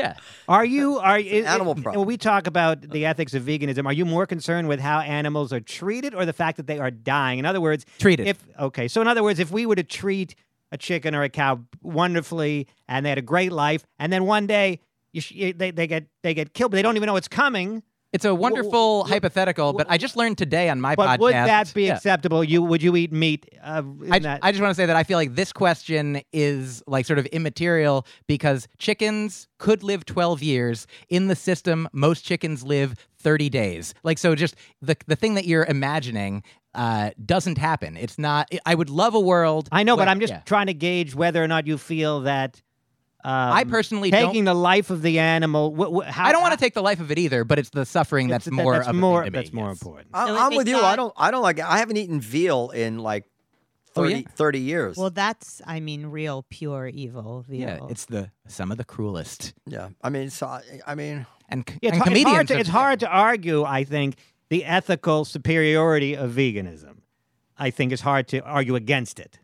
Speaker 2: Yeah.
Speaker 1: Are you are is,
Speaker 3: animal
Speaker 1: is- When
Speaker 3: problem.
Speaker 1: we talk about the ethics of veganism, are you more concerned with how animals are treated or the fact that they are dying? In other words,
Speaker 2: Treated.
Speaker 1: If okay, so in other words, if we were to treat a chicken or a cow wonderfully and they had a great life, and then one day you sh- you- they they get they get killed, but they don't even know it's coming.
Speaker 2: It's a wonderful hypothetical, but I just learned today on my
Speaker 1: But
Speaker 2: podcast.
Speaker 1: would that be
Speaker 2: Yeah.
Speaker 1: acceptable? You would you eat meat? Uh, in
Speaker 2: I,
Speaker 1: that?
Speaker 2: I just want to say that I feel like this question is like sort of immaterial because chickens could live 12 years in the system. Most chickens live 30 days. Like so, just the the thing that you're imagining uh, doesn't happen. It's not. I would love a world.
Speaker 1: I know, but
Speaker 2: where-
Speaker 1: I'm just
Speaker 2: yeah.
Speaker 1: trying to gauge whether or not you feel that. Um,
Speaker 2: I personally don't.
Speaker 1: taking the life of the animal. Wh- wh- how,
Speaker 2: I don't want to take the life of it either, but it's the suffering that's
Speaker 1: that-
Speaker 2: more.
Speaker 1: That's
Speaker 2: of a thing
Speaker 1: more.
Speaker 2: to me,
Speaker 1: that's more
Speaker 2: yes.
Speaker 1: important.
Speaker 3: I,
Speaker 4: No,
Speaker 3: I'm
Speaker 4: they
Speaker 3: with you.
Speaker 4: thought-
Speaker 3: I don't. I don't like. I haven't eaten veal in like
Speaker 2: Oh,
Speaker 3: 30,
Speaker 2: yeah.
Speaker 3: 30 years.
Speaker 4: Well, that's I mean real pure evil. evil.
Speaker 2: Yeah, it's the some of the cruelest
Speaker 3: yeah. I mean, so I, I mean,
Speaker 2: and, c-
Speaker 1: Yeah,
Speaker 2: and
Speaker 1: it's, hard- it's
Speaker 2: comedians.
Speaker 1: hard to,
Speaker 2: have-
Speaker 1: it's hard to argue. I think the ethical superiority of veganism. I think it's hard to argue against it.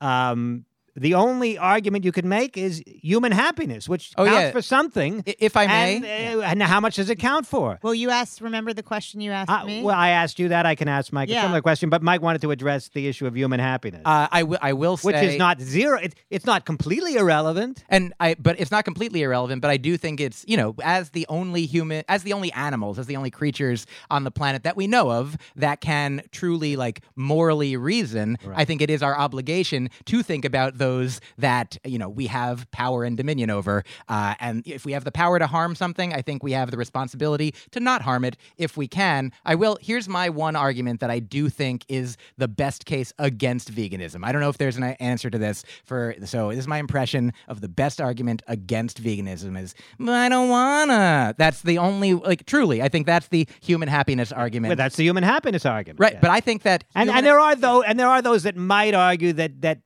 Speaker 1: Um, the only argument you could make is human happiness, which
Speaker 2: Oh,
Speaker 1: counts
Speaker 2: yeah.
Speaker 1: for something.
Speaker 2: I- If I may,
Speaker 1: and, uh, and how much does it count for?
Speaker 4: Well, you asked. Remember the question you asked
Speaker 1: I-
Speaker 4: me?
Speaker 1: well, I asked you that. I can ask Mike a
Speaker 4: Yeah.
Speaker 1: similar question, but Mike wanted to address the issue of human happiness,
Speaker 2: Uh, I wi- I will say,
Speaker 1: which is not zero. It, it's not completely irrelevant.
Speaker 2: and I, but it's not completely irrelevant. But I do think it's you know, as the only human, as the only animals, as the only creatures on the planet that we know of that can truly like morally reason. I think it is our obligation to think about those that you know we have power and dominion over. Uh, and if we have the power to harm something, I think we have the responsibility to not harm it if we can. I will. Here's my one argument that I do think is the best case against veganism. I don't know if there's an a- answer to this. For so this is my impression of the best argument against veganism is "But I don't wanna. That's the only like truly. I think that's the human happiness argument.
Speaker 1: Well, that's the human happiness argument.
Speaker 2: right.
Speaker 1: yeah.
Speaker 2: But I think that
Speaker 1: and
Speaker 2: human-
Speaker 1: and there are though and there are those that might argue that that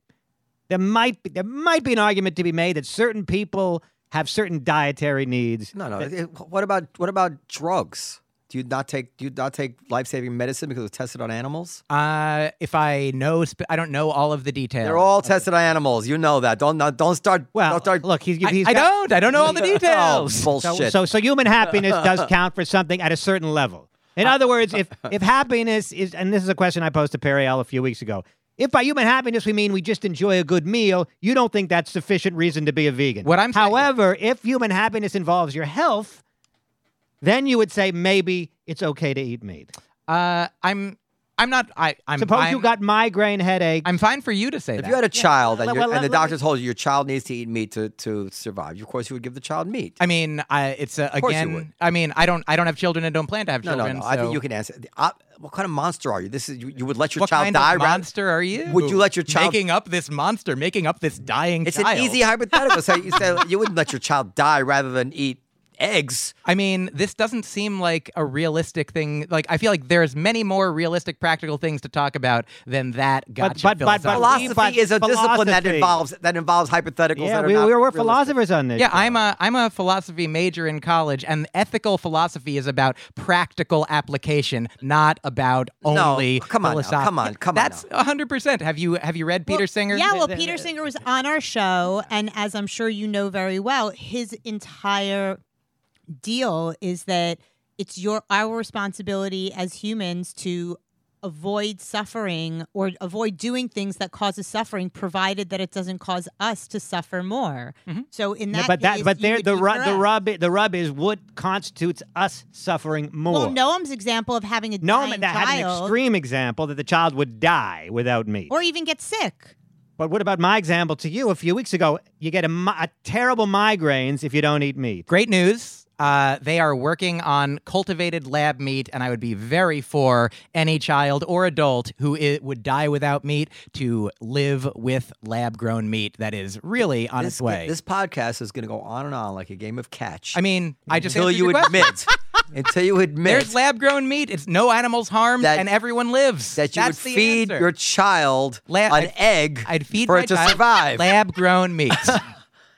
Speaker 1: there might be, there might be an argument to be made that certain people have certain dietary needs.
Speaker 3: no, no. It- what about what about drugs? Do you not take do you not take life saving medicine because it's tested on animals?
Speaker 2: Uh, if I know, sp- I don't know all of the details.
Speaker 3: They're all tested on animals. You know that. Don't not, don't start.
Speaker 1: Well,
Speaker 3: don't start,
Speaker 1: look, he's,
Speaker 2: I,
Speaker 1: he's
Speaker 2: I
Speaker 1: got-
Speaker 2: don't. I don't know all the
Speaker 3: Oh,
Speaker 2: details.
Speaker 1: so,
Speaker 3: bullshit.
Speaker 1: so so human happiness does count for something at a certain level.
Speaker 2: Uh,
Speaker 1: In other words, if if happiness is and this is a question I posed to Perry L a few weeks ago. If by human happiness we mean we just enjoy a good meal, you don't think that's sufficient reason to be a vegan.
Speaker 2: What I'm saying-
Speaker 1: However, if human happiness involves your health, then you would say maybe it's okay to eat meat.
Speaker 2: Uh, I'm I'm not. I, I'm.
Speaker 1: Suppose
Speaker 2: I'm,
Speaker 1: you got migraine headache.
Speaker 2: I'm fine for you to say
Speaker 3: If
Speaker 2: that.
Speaker 3: you had a child and,
Speaker 1: Well,
Speaker 3: you're-
Speaker 1: well,
Speaker 3: and
Speaker 1: let-
Speaker 3: the
Speaker 1: let
Speaker 3: doctor told you your child needs to eat meat to, to survive, of course you would give the child meat.
Speaker 2: I mean, I, it's a,
Speaker 3: course you would.
Speaker 2: again. I mean, I don't. I don't have children and don't plan to have
Speaker 3: no, no,
Speaker 2: children.
Speaker 3: no. I think
Speaker 2: so-
Speaker 3: you can answer. the- I, what kind of monster are you? This is you, you would let your
Speaker 2: What
Speaker 3: child
Speaker 2: kind
Speaker 3: die.
Speaker 2: of
Speaker 3: rather-
Speaker 2: monster are you?
Speaker 3: Would you let your child-
Speaker 2: making up this monster, making up this dying
Speaker 3: It's
Speaker 2: child?
Speaker 3: an easy hypothetical. so you say you wouldn't let your child die rather than eat eggs.
Speaker 2: I mean, this doesn't seem like a realistic thing. Like, I feel like there's many more realistic, practical things to talk about than that. Gotcha.
Speaker 1: but- but-
Speaker 2: philosophy.
Speaker 1: but-
Speaker 3: Philosophy
Speaker 1: but
Speaker 3: is a discipline that
Speaker 1: philosophy.
Speaker 3: involves that involves hypotheticals.
Speaker 1: yeah,
Speaker 3: that are
Speaker 1: we,
Speaker 3: not
Speaker 1: we were
Speaker 3: realistic.
Speaker 1: philosophers on this.
Speaker 2: yeah, I'm a I'm a philosophy major in college, and ethical philosophy is about practical application, not about only.
Speaker 3: come on now,
Speaker 2: philosoph-
Speaker 3: come on, come on
Speaker 2: That's hundred percent. Have you have you read Peter Singer?
Speaker 4: Yeah, well, Peter Singer was on our show, and as I'm sure you know very well, his entire deal is that it's your our responsibility as humans to avoid suffering or avoid doing things that causes suffering, provided that it doesn't cause us to suffer more. So in
Speaker 1: Mm-hmm.
Speaker 4: that,
Speaker 1: Yeah, but that,
Speaker 4: case,
Speaker 1: but
Speaker 4: you
Speaker 1: there,
Speaker 4: would
Speaker 1: the
Speaker 4: be
Speaker 1: rub, the
Speaker 4: correct.
Speaker 1: rub, the rub is what constitutes us suffering more.
Speaker 4: Well, Noam's example of having a
Speaker 1: no,
Speaker 4: dying
Speaker 1: that had an
Speaker 4: child,
Speaker 1: extreme example that the child would die without me.
Speaker 4: or even get sick.
Speaker 1: but what about my example to you a few weeks ago? You get a, mi- a terrible migraines if you don't eat meat.
Speaker 2: Great news. Uh, they are working on cultivated lab meat, and I would be very for any child or adult who i would die without meat to live with lab grown meat that is really on
Speaker 3: This,
Speaker 2: its way.
Speaker 3: this podcast is going to go on and on like a game of catch.
Speaker 2: I mean, I just
Speaker 3: until
Speaker 2: answered
Speaker 3: you
Speaker 2: your question.
Speaker 3: admit, until you admit
Speaker 2: There's lab grown meat. It's no animals harmed,
Speaker 3: That-
Speaker 2: and everyone lives.
Speaker 3: that you
Speaker 2: That's
Speaker 3: would
Speaker 2: the
Speaker 3: feed
Speaker 2: answer.
Speaker 3: your child
Speaker 2: La-
Speaker 3: an
Speaker 2: I'd-
Speaker 3: egg
Speaker 2: I'd feed
Speaker 3: for
Speaker 2: my
Speaker 3: it to
Speaker 2: child
Speaker 3: survive.
Speaker 2: Lab grown meat.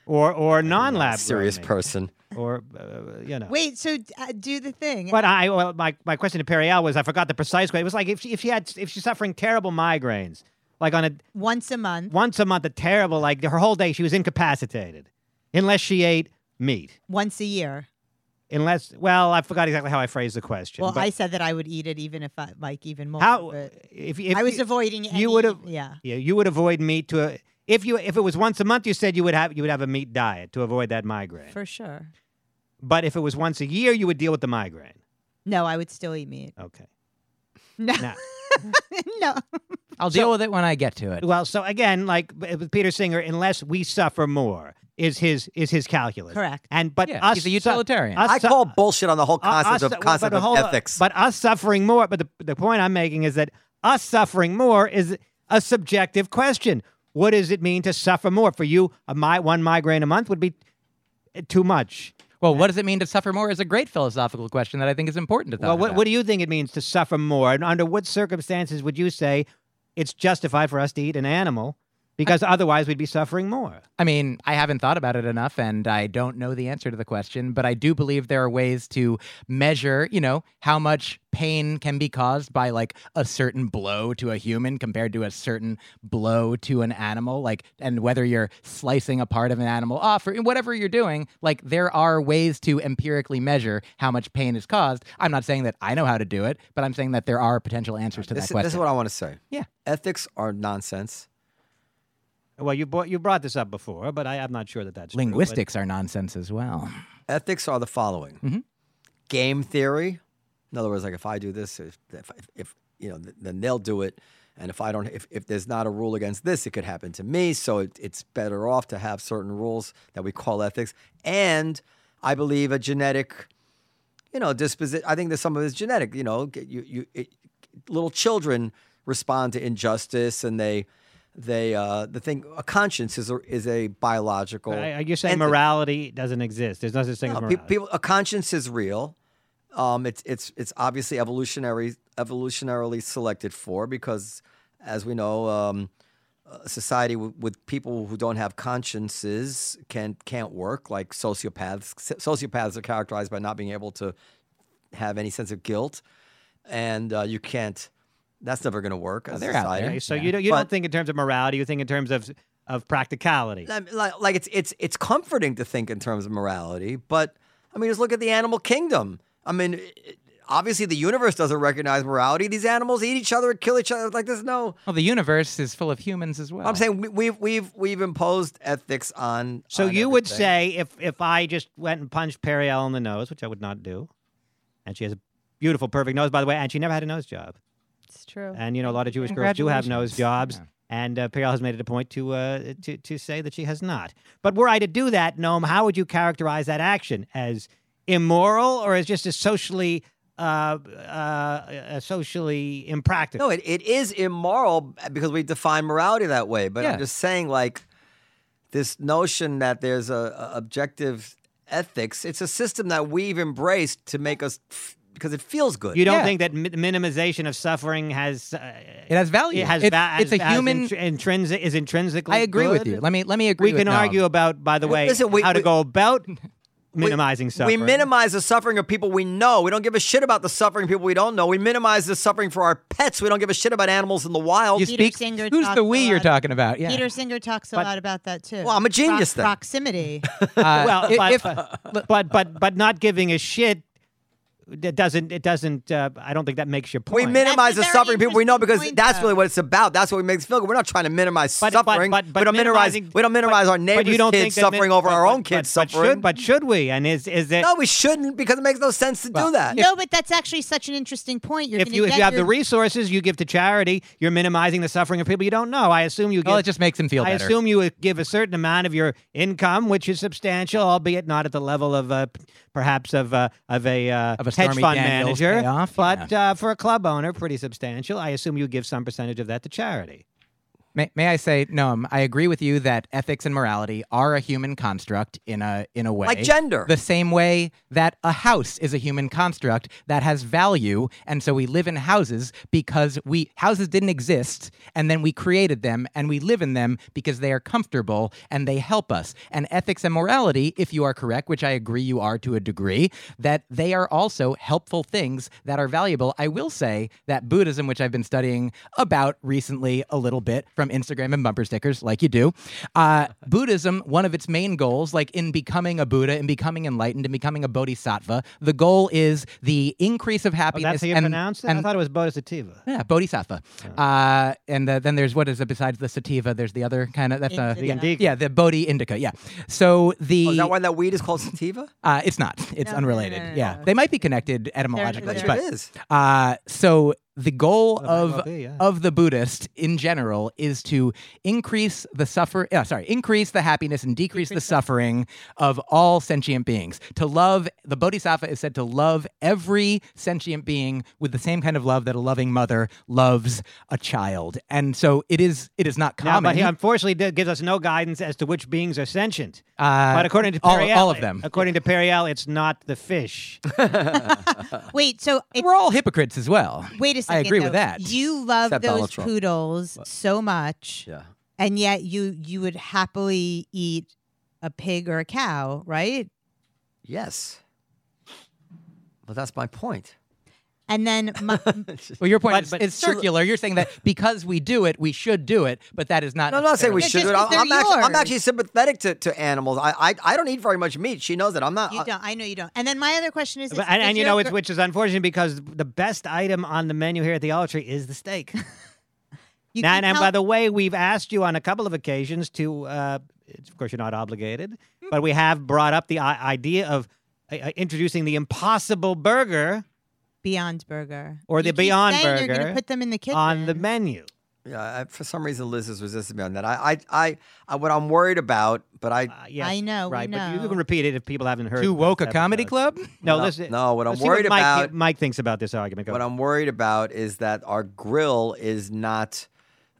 Speaker 1: Or or non-lab.
Speaker 3: Serious
Speaker 1: grown meat.
Speaker 3: person.
Speaker 1: Or uh, you know.
Speaker 4: Wait, so uh, do the thing.
Speaker 1: But I, well, my, my question to Periel was, I forgot the precise question. It was like if she, if she had, if she's suffering terrible migraines, like on a
Speaker 4: once a month.
Speaker 1: once a month, a terrible, like her whole day, she was incapacitated, unless she ate meat.
Speaker 4: once a year.
Speaker 1: Unless, well, I forgot exactly how I phrased the question.
Speaker 4: Well,
Speaker 1: but
Speaker 4: I said that I would eat it even if I like even more.
Speaker 1: how
Speaker 4: but
Speaker 1: if, if
Speaker 4: I was
Speaker 1: you-
Speaker 4: avoiding any,
Speaker 1: you would have
Speaker 4: yeah.
Speaker 1: yeah you would avoid meat to a, if you if it was once a month, you said you would have you would have a meat diet to avoid that migraine.
Speaker 4: For sure.
Speaker 1: but if it was once a year, you would deal with the migraine.
Speaker 4: No, I would still eat meat.
Speaker 1: Okay.
Speaker 4: No.
Speaker 1: Now,
Speaker 4: no.
Speaker 2: I'll deal with it when I get to it.
Speaker 1: Well, so again, like b- with Peter Singer, unless we suffer more, is his is his calculus
Speaker 4: Correct.
Speaker 1: And but
Speaker 2: Yeah,
Speaker 1: us
Speaker 2: he's a
Speaker 1: su-
Speaker 2: utilitarian.
Speaker 1: us
Speaker 3: I
Speaker 1: su-
Speaker 3: call bullshit on the whole
Speaker 1: uh,
Speaker 3: concept
Speaker 1: us-
Speaker 3: of
Speaker 1: well,
Speaker 3: concept
Speaker 1: but hold
Speaker 3: of
Speaker 1: on.
Speaker 3: ethics.
Speaker 1: But us suffering more. But the the point I'm making is that us suffering more is a subjective question. What does it mean to suffer more? For you, a my one migraine a month would be uh, too much.
Speaker 2: Well, what does it mean to suffer more is a great philosophical question that I think is important to thought
Speaker 1: Well, what,
Speaker 2: about.
Speaker 1: what do you think it means to suffer more? And under what circumstances would you say it's justified for us to eat an animal? Because otherwise, we'd be suffering more.
Speaker 2: I mean, I haven't thought about it enough and I don't know the answer to the question, but I do believe there are ways to measure, you know, how much pain can be caused by like a certain blow to a human compared to a certain blow to an animal, like, and whether you're slicing a part of an animal off or whatever you're doing, like, there are ways to empirically measure how much pain is caused. I'm not saying that I know how to do it, but I'm saying that there are potential answers to
Speaker 3: this,
Speaker 2: that
Speaker 3: is-
Speaker 2: question.
Speaker 3: this is what I want to say.
Speaker 2: Yeah.
Speaker 3: Ethics are nonsense.
Speaker 1: Well, you brought you brought this up before, but I, I'm not sure that that's true, but-
Speaker 2: Linguistics are nonsense as well.
Speaker 3: Ethics are the following:
Speaker 1: Mm-hmm.
Speaker 3: game theory. In other words, like if I do this, if, if, if you know, th- then they'll do it. And if I don't, if, if there's not a rule against this, it could happen to me. So it, it's better off to have certain rules that we call ethics. And I believe a genetic, you know, disposition. I think that some of it's genetic. You know, get- you you it, little children respond to injustice, and they they uh, the thing a conscience is a, is a biological.
Speaker 1: I- I- You're saying
Speaker 3: entity.
Speaker 1: morality doesn't exist. There's no such thing as
Speaker 3: No,
Speaker 1: morality.
Speaker 3: pe- people, a conscience is real. Um, it's it's it's obviously evolutionary evolutionarily selected for because, as we know, um, a society w- with people who don't have consciences can can't work. Like sociopaths, sociopaths are characterized by not being able to have any sense of guilt, and uh, you can't. That's never going to work as a
Speaker 2: they're out
Speaker 3: society.
Speaker 2: there.
Speaker 1: Okay, so you don't you
Speaker 3: But-
Speaker 1: don't think in terms of morality. You think in terms of of practicality.
Speaker 3: I mean, like, like it's it's it's comforting to think in terms of morality, but I mean, just look at the animal kingdom. I mean, it- obviously the universe doesn't recognize morality. These animals eat each other, kill each other. Like there's no.
Speaker 2: Well, the universe is full of humans as well.
Speaker 3: I'm saying we, we've we've we've imposed ethics on.
Speaker 1: So
Speaker 3: on
Speaker 1: you would
Speaker 3: everything.
Speaker 1: say if if I just went and punched Periel in the nose, which I would not do, and she has a beautiful, perfect nose, by the way, and she never had a nose job.
Speaker 4: It's true.
Speaker 1: and you know a lot of Jewish girls do have nose
Speaker 2: Congratulations.
Speaker 1: jobs.
Speaker 2: Yeah.
Speaker 1: And uh, Periel has made it a point to, uh, to to say that she has not. But were I to do that, Noam, how would you characterize that action as immoral or as just as socially uh, uh, uh, socially impractical?
Speaker 3: No, it, it is immoral because we define morality that way. But
Speaker 2: Yeah.
Speaker 3: I'm just saying, like, this notion that there's a, a objective ethics, it's a system that we've embraced to make us, f- because it feels good.
Speaker 1: you don't
Speaker 2: Yeah.
Speaker 1: think that mi- minimization of suffering has uh,
Speaker 2: It has value.
Speaker 1: It has
Speaker 2: it's,
Speaker 1: va-
Speaker 2: it's
Speaker 1: has-
Speaker 2: a
Speaker 1: has
Speaker 2: human.
Speaker 1: intr- intrinsic is intrinsically.
Speaker 2: I agree with
Speaker 1: good.
Speaker 2: you. Let me let me agree.
Speaker 1: we
Speaker 2: with
Speaker 1: can
Speaker 2: Noam.
Speaker 1: argue about, by the way,
Speaker 3: listen, we-
Speaker 1: how to
Speaker 3: we-
Speaker 1: go about minimizing
Speaker 3: We
Speaker 1: suffering.
Speaker 3: minimize the suffering of people we know. We don't give a shit about the suffering of people we don't know. We minimize the suffering for our pets. We don't give a shit about animals in the wild.
Speaker 2: You
Speaker 4: Peter
Speaker 2: speak.
Speaker 4: Singer
Speaker 2: who's
Speaker 4: talks
Speaker 2: the
Speaker 4: a
Speaker 2: we you're
Speaker 4: lot.
Speaker 2: talking about? Yeah.
Speaker 4: Peter Singer talks a
Speaker 1: But-
Speaker 4: lot about that too.
Speaker 3: Well, I'm a genius then.
Speaker 4: Proximity.
Speaker 2: Uh,
Speaker 1: well,
Speaker 2: i-
Speaker 1: but,
Speaker 2: if-
Speaker 1: but, but but but not giving a shit. It doesn't. It doesn't. Uh, I don't think that makes your
Speaker 3: we
Speaker 1: point.
Speaker 3: minimize
Speaker 4: a
Speaker 3: the
Speaker 4: very
Speaker 3: suffering of people we know
Speaker 4: interesting
Speaker 3: because
Speaker 4: point,
Speaker 3: that's
Speaker 4: though.
Speaker 3: really what it's about. That's what makes us feel good. We're not trying to minimize
Speaker 1: but, but-
Speaker 3: suffering.
Speaker 1: but, but
Speaker 3: we don't minimize.
Speaker 1: minimizing-
Speaker 3: We don't minimize
Speaker 1: but-
Speaker 3: our neighbors'
Speaker 1: but you don't
Speaker 3: kids
Speaker 1: think that
Speaker 3: suffering
Speaker 1: min-
Speaker 3: over
Speaker 1: but-
Speaker 3: our
Speaker 1: but-
Speaker 3: own kids
Speaker 1: but,
Speaker 3: suffering.
Speaker 1: But should, but should we? And is is it?
Speaker 3: No, we shouldn't because it makes no sense to do that.
Speaker 4: Uh, no, but that's actually such an interesting point. You're
Speaker 1: if
Speaker 4: gonna
Speaker 1: you if
Speaker 4: get
Speaker 1: you have
Speaker 4: your-
Speaker 1: the resources you give to charity, you're minimizing the suffering of people you don't know. I assume you. Give,
Speaker 2: well, it just makes him feel
Speaker 1: I
Speaker 2: better.
Speaker 1: assume you would give a certain amount of your income, which is substantial, albeit not at the level of uh, p- perhaps of uh, of a, uh,
Speaker 2: Of a
Speaker 1: hedge
Speaker 2: Stormy
Speaker 1: fund
Speaker 2: Daniels
Speaker 1: manager,
Speaker 2: payoff,
Speaker 1: but uh, for a club owner, pretty substantial. I assume you give some percentage of that to charity.
Speaker 2: May, may I say, Noam, I agree with you that ethics and morality are a human construct in a in a way.
Speaker 3: Like gender.
Speaker 2: The same way that a house is a human construct that has value, and so we live in houses because we houses didn't exist, and then we created them and we live in them because they are comfortable and they help us. And ethics and morality, if you are correct, which I agree you are to a degree, that they are also helpful things that are valuable. I will say that Buddhism, which I've been studying about recently a little bit from Instagram and bumper stickers, like you do, uh, Buddhism, one of its main goals, like in becoming a Buddha and becoming enlightened and becoming a bodhisattva, the goal is the increase of
Speaker 1: Oh,
Speaker 2: happiness.
Speaker 1: that's how you
Speaker 2: and-
Speaker 1: pronounce it. I
Speaker 2: and-
Speaker 1: thought it was bodhisattva.
Speaker 2: yeah, bodhisattva. Uh, and uh, then there's what is it besides the sativa? There's the other kind of that's uh,
Speaker 4: Indica. The
Speaker 1: indica.
Speaker 2: Yeah, the bodhi indica. Yeah. So the
Speaker 3: Oh, is that why that weed is called sativa?
Speaker 2: uh, it's not. It's
Speaker 4: no, no,
Speaker 2: unrelated.
Speaker 4: no, no,
Speaker 2: yeah,
Speaker 4: no.
Speaker 2: they might be connected etymologically,
Speaker 3: Like,
Speaker 4: They're-
Speaker 2: but
Speaker 3: it is.
Speaker 2: uh, so the goal
Speaker 1: Well, it might
Speaker 2: of
Speaker 1: well be, yeah.
Speaker 2: of the Buddhist in general is to increase the suffer. Uh, sorry, increase the happiness and decrease the suffering of all sentient beings. To love the Bodhisattva is said to love every sentient being with the same kind of love that a loving mother loves a child. And so it is. It is not
Speaker 1: Now,
Speaker 2: common.
Speaker 1: but he unfortunately did, gives us no guidance as to which beings are sentient.
Speaker 2: Uh,
Speaker 1: but according to
Speaker 2: all-
Speaker 1: Periel,
Speaker 2: all of them.
Speaker 1: according to Periel, it's not the fish.
Speaker 4: wait, so it's,
Speaker 2: We're all hypocrites as well.
Speaker 4: wait a second.
Speaker 2: I agree
Speaker 4: though.
Speaker 2: with that.
Speaker 4: You love
Speaker 3: Except Donald
Speaker 4: those
Speaker 3: Trump.
Speaker 4: poodles so much,
Speaker 3: Yeah.
Speaker 4: and yet you you would happily eat a pig or a cow, right?
Speaker 3: Yes. But that's my point.
Speaker 4: And then my,
Speaker 2: Well, your point
Speaker 1: But-
Speaker 2: is
Speaker 1: but-
Speaker 2: it's circular. You're saying that because we do it, we should do it, but that is not.
Speaker 3: No, I'm not saying we
Speaker 4: Yeah,
Speaker 3: should.
Speaker 4: just
Speaker 3: do it.
Speaker 4: 'cause
Speaker 3: I'm,
Speaker 4: they're
Speaker 3: I'm actually, I'm
Speaker 4: yours.
Speaker 3: actually sympathetic to, to animals. I, I I don't eat very much meat. She knows that. I'm not.
Speaker 4: you don't. I know you don't. And then my other question is, is
Speaker 1: Uh, But- and,
Speaker 4: does
Speaker 1: and you
Speaker 4: your
Speaker 1: know, it's,
Speaker 4: gir-
Speaker 1: which is unfortunate because the best item on the menu here at the Olive Tree is the steak.
Speaker 4: you
Speaker 1: Now,
Speaker 4: can
Speaker 1: and, and
Speaker 4: tell-
Speaker 1: by the way, we've asked you on a couple of occasions to, uh, it's- of course, you're not obligated,
Speaker 4: Hmm.
Speaker 1: but we have brought up the I- idea of uh, uh, introducing the Impossible Burger
Speaker 4: Beyond Burger
Speaker 1: Or the
Speaker 4: You keep
Speaker 1: Beyond
Speaker 4: saying You're
Speaker 1: Burger
Speaker 4: gonna put them in the kitchen
Speaker 1: on the menu.
Speaker 3: yeah. I, for some reason, Liz is resisting me on that. I I, I, I what I'm worried about, but I.
Speaker 1: Uh, yes,
Speaker 4: I know, we
Speaker 1: right? But you
Speaker 4: know.
Speaker 1: can repeat it if people haven't heard.
Speaker 2: Too
Speaker 1: the
Speaker 2: woke a
Speaker 1: last
Speaker 2: comedy
Speaker 1: episode.
Speaker 2: club?
Speaker 1: No,
Speaker 3: What I'm-
Speaker 1: listen.
Speaker 3: no, what
Speaker 1: let's
Speaker 3: I'm
Speaker 1: see what
Speaker 3: worried
Speaker 1: Mike,
Speaker 3: about-
Speaker 1: Mike thinks about this argument. Go
Speaker 3: what
Speaker 1: ahead.
Speaker 3: I'm worried about is that our grill is not.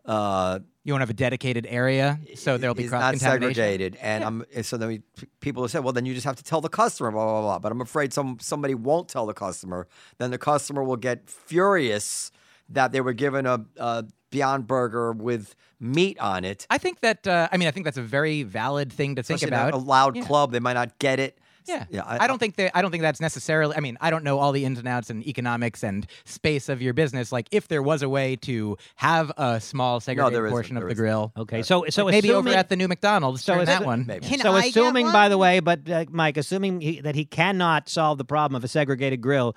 Speaker 3: Uh,
Speaker 2: You won't have a dedicated area, so there'll be
Speaker 3: is
Speaker 2: cross
Speaker 3: not
Speaker 2: contamination.
Speaker 3: segregated, and I'm and so then we, people have said, well, then you just have to tell the customer, blah blah blah. But I'm afraid some somebody won't tell the customer, then the customer will get furious that they were given a, a Beyond Burger with meat on it.
Speaker 2: I think that uh, I mean I think that's a very valid thing to think
Speaker 3: Especially in a-
Speaker 2: about.
Speaker 3: a loud
Speaker 2: Yeah.
Speaker 3: club, they might not get it.
Speaker 2: Yeah,
Speaker 3: I,
Speaker 2: I, don't think that I don't think that's necessarily. I mean, I don't know all the ins and outs and economics and space of your business. Like, if there was a way to have a small segregated
Speaker 3: isn't.
Speaker 2: portion of
Speaker 3: There
Speaker 2: the
Speaker 3: isn't.
Speaker 2: grill,
Speaker 1: Okay, so so
Speaker 2: like maybe
Speaker 1: assuming,
Speaker 2: over at the new McDonald's,
Speaker 1: So
Speaker 2: so
Speaker 1: is
Speaker 2: that
Speaker 1: it-
Speaker 2: one.
Speaker 3: maybe.
Speaker 4: Can
Speaker 1: so
Speaker 4: I get
Speaker 1: assuming, by
Speaker 4: one?
Speaker 1: the way, but uh, Mike, assuming he, that he cannot solve the problem of a segregated grill,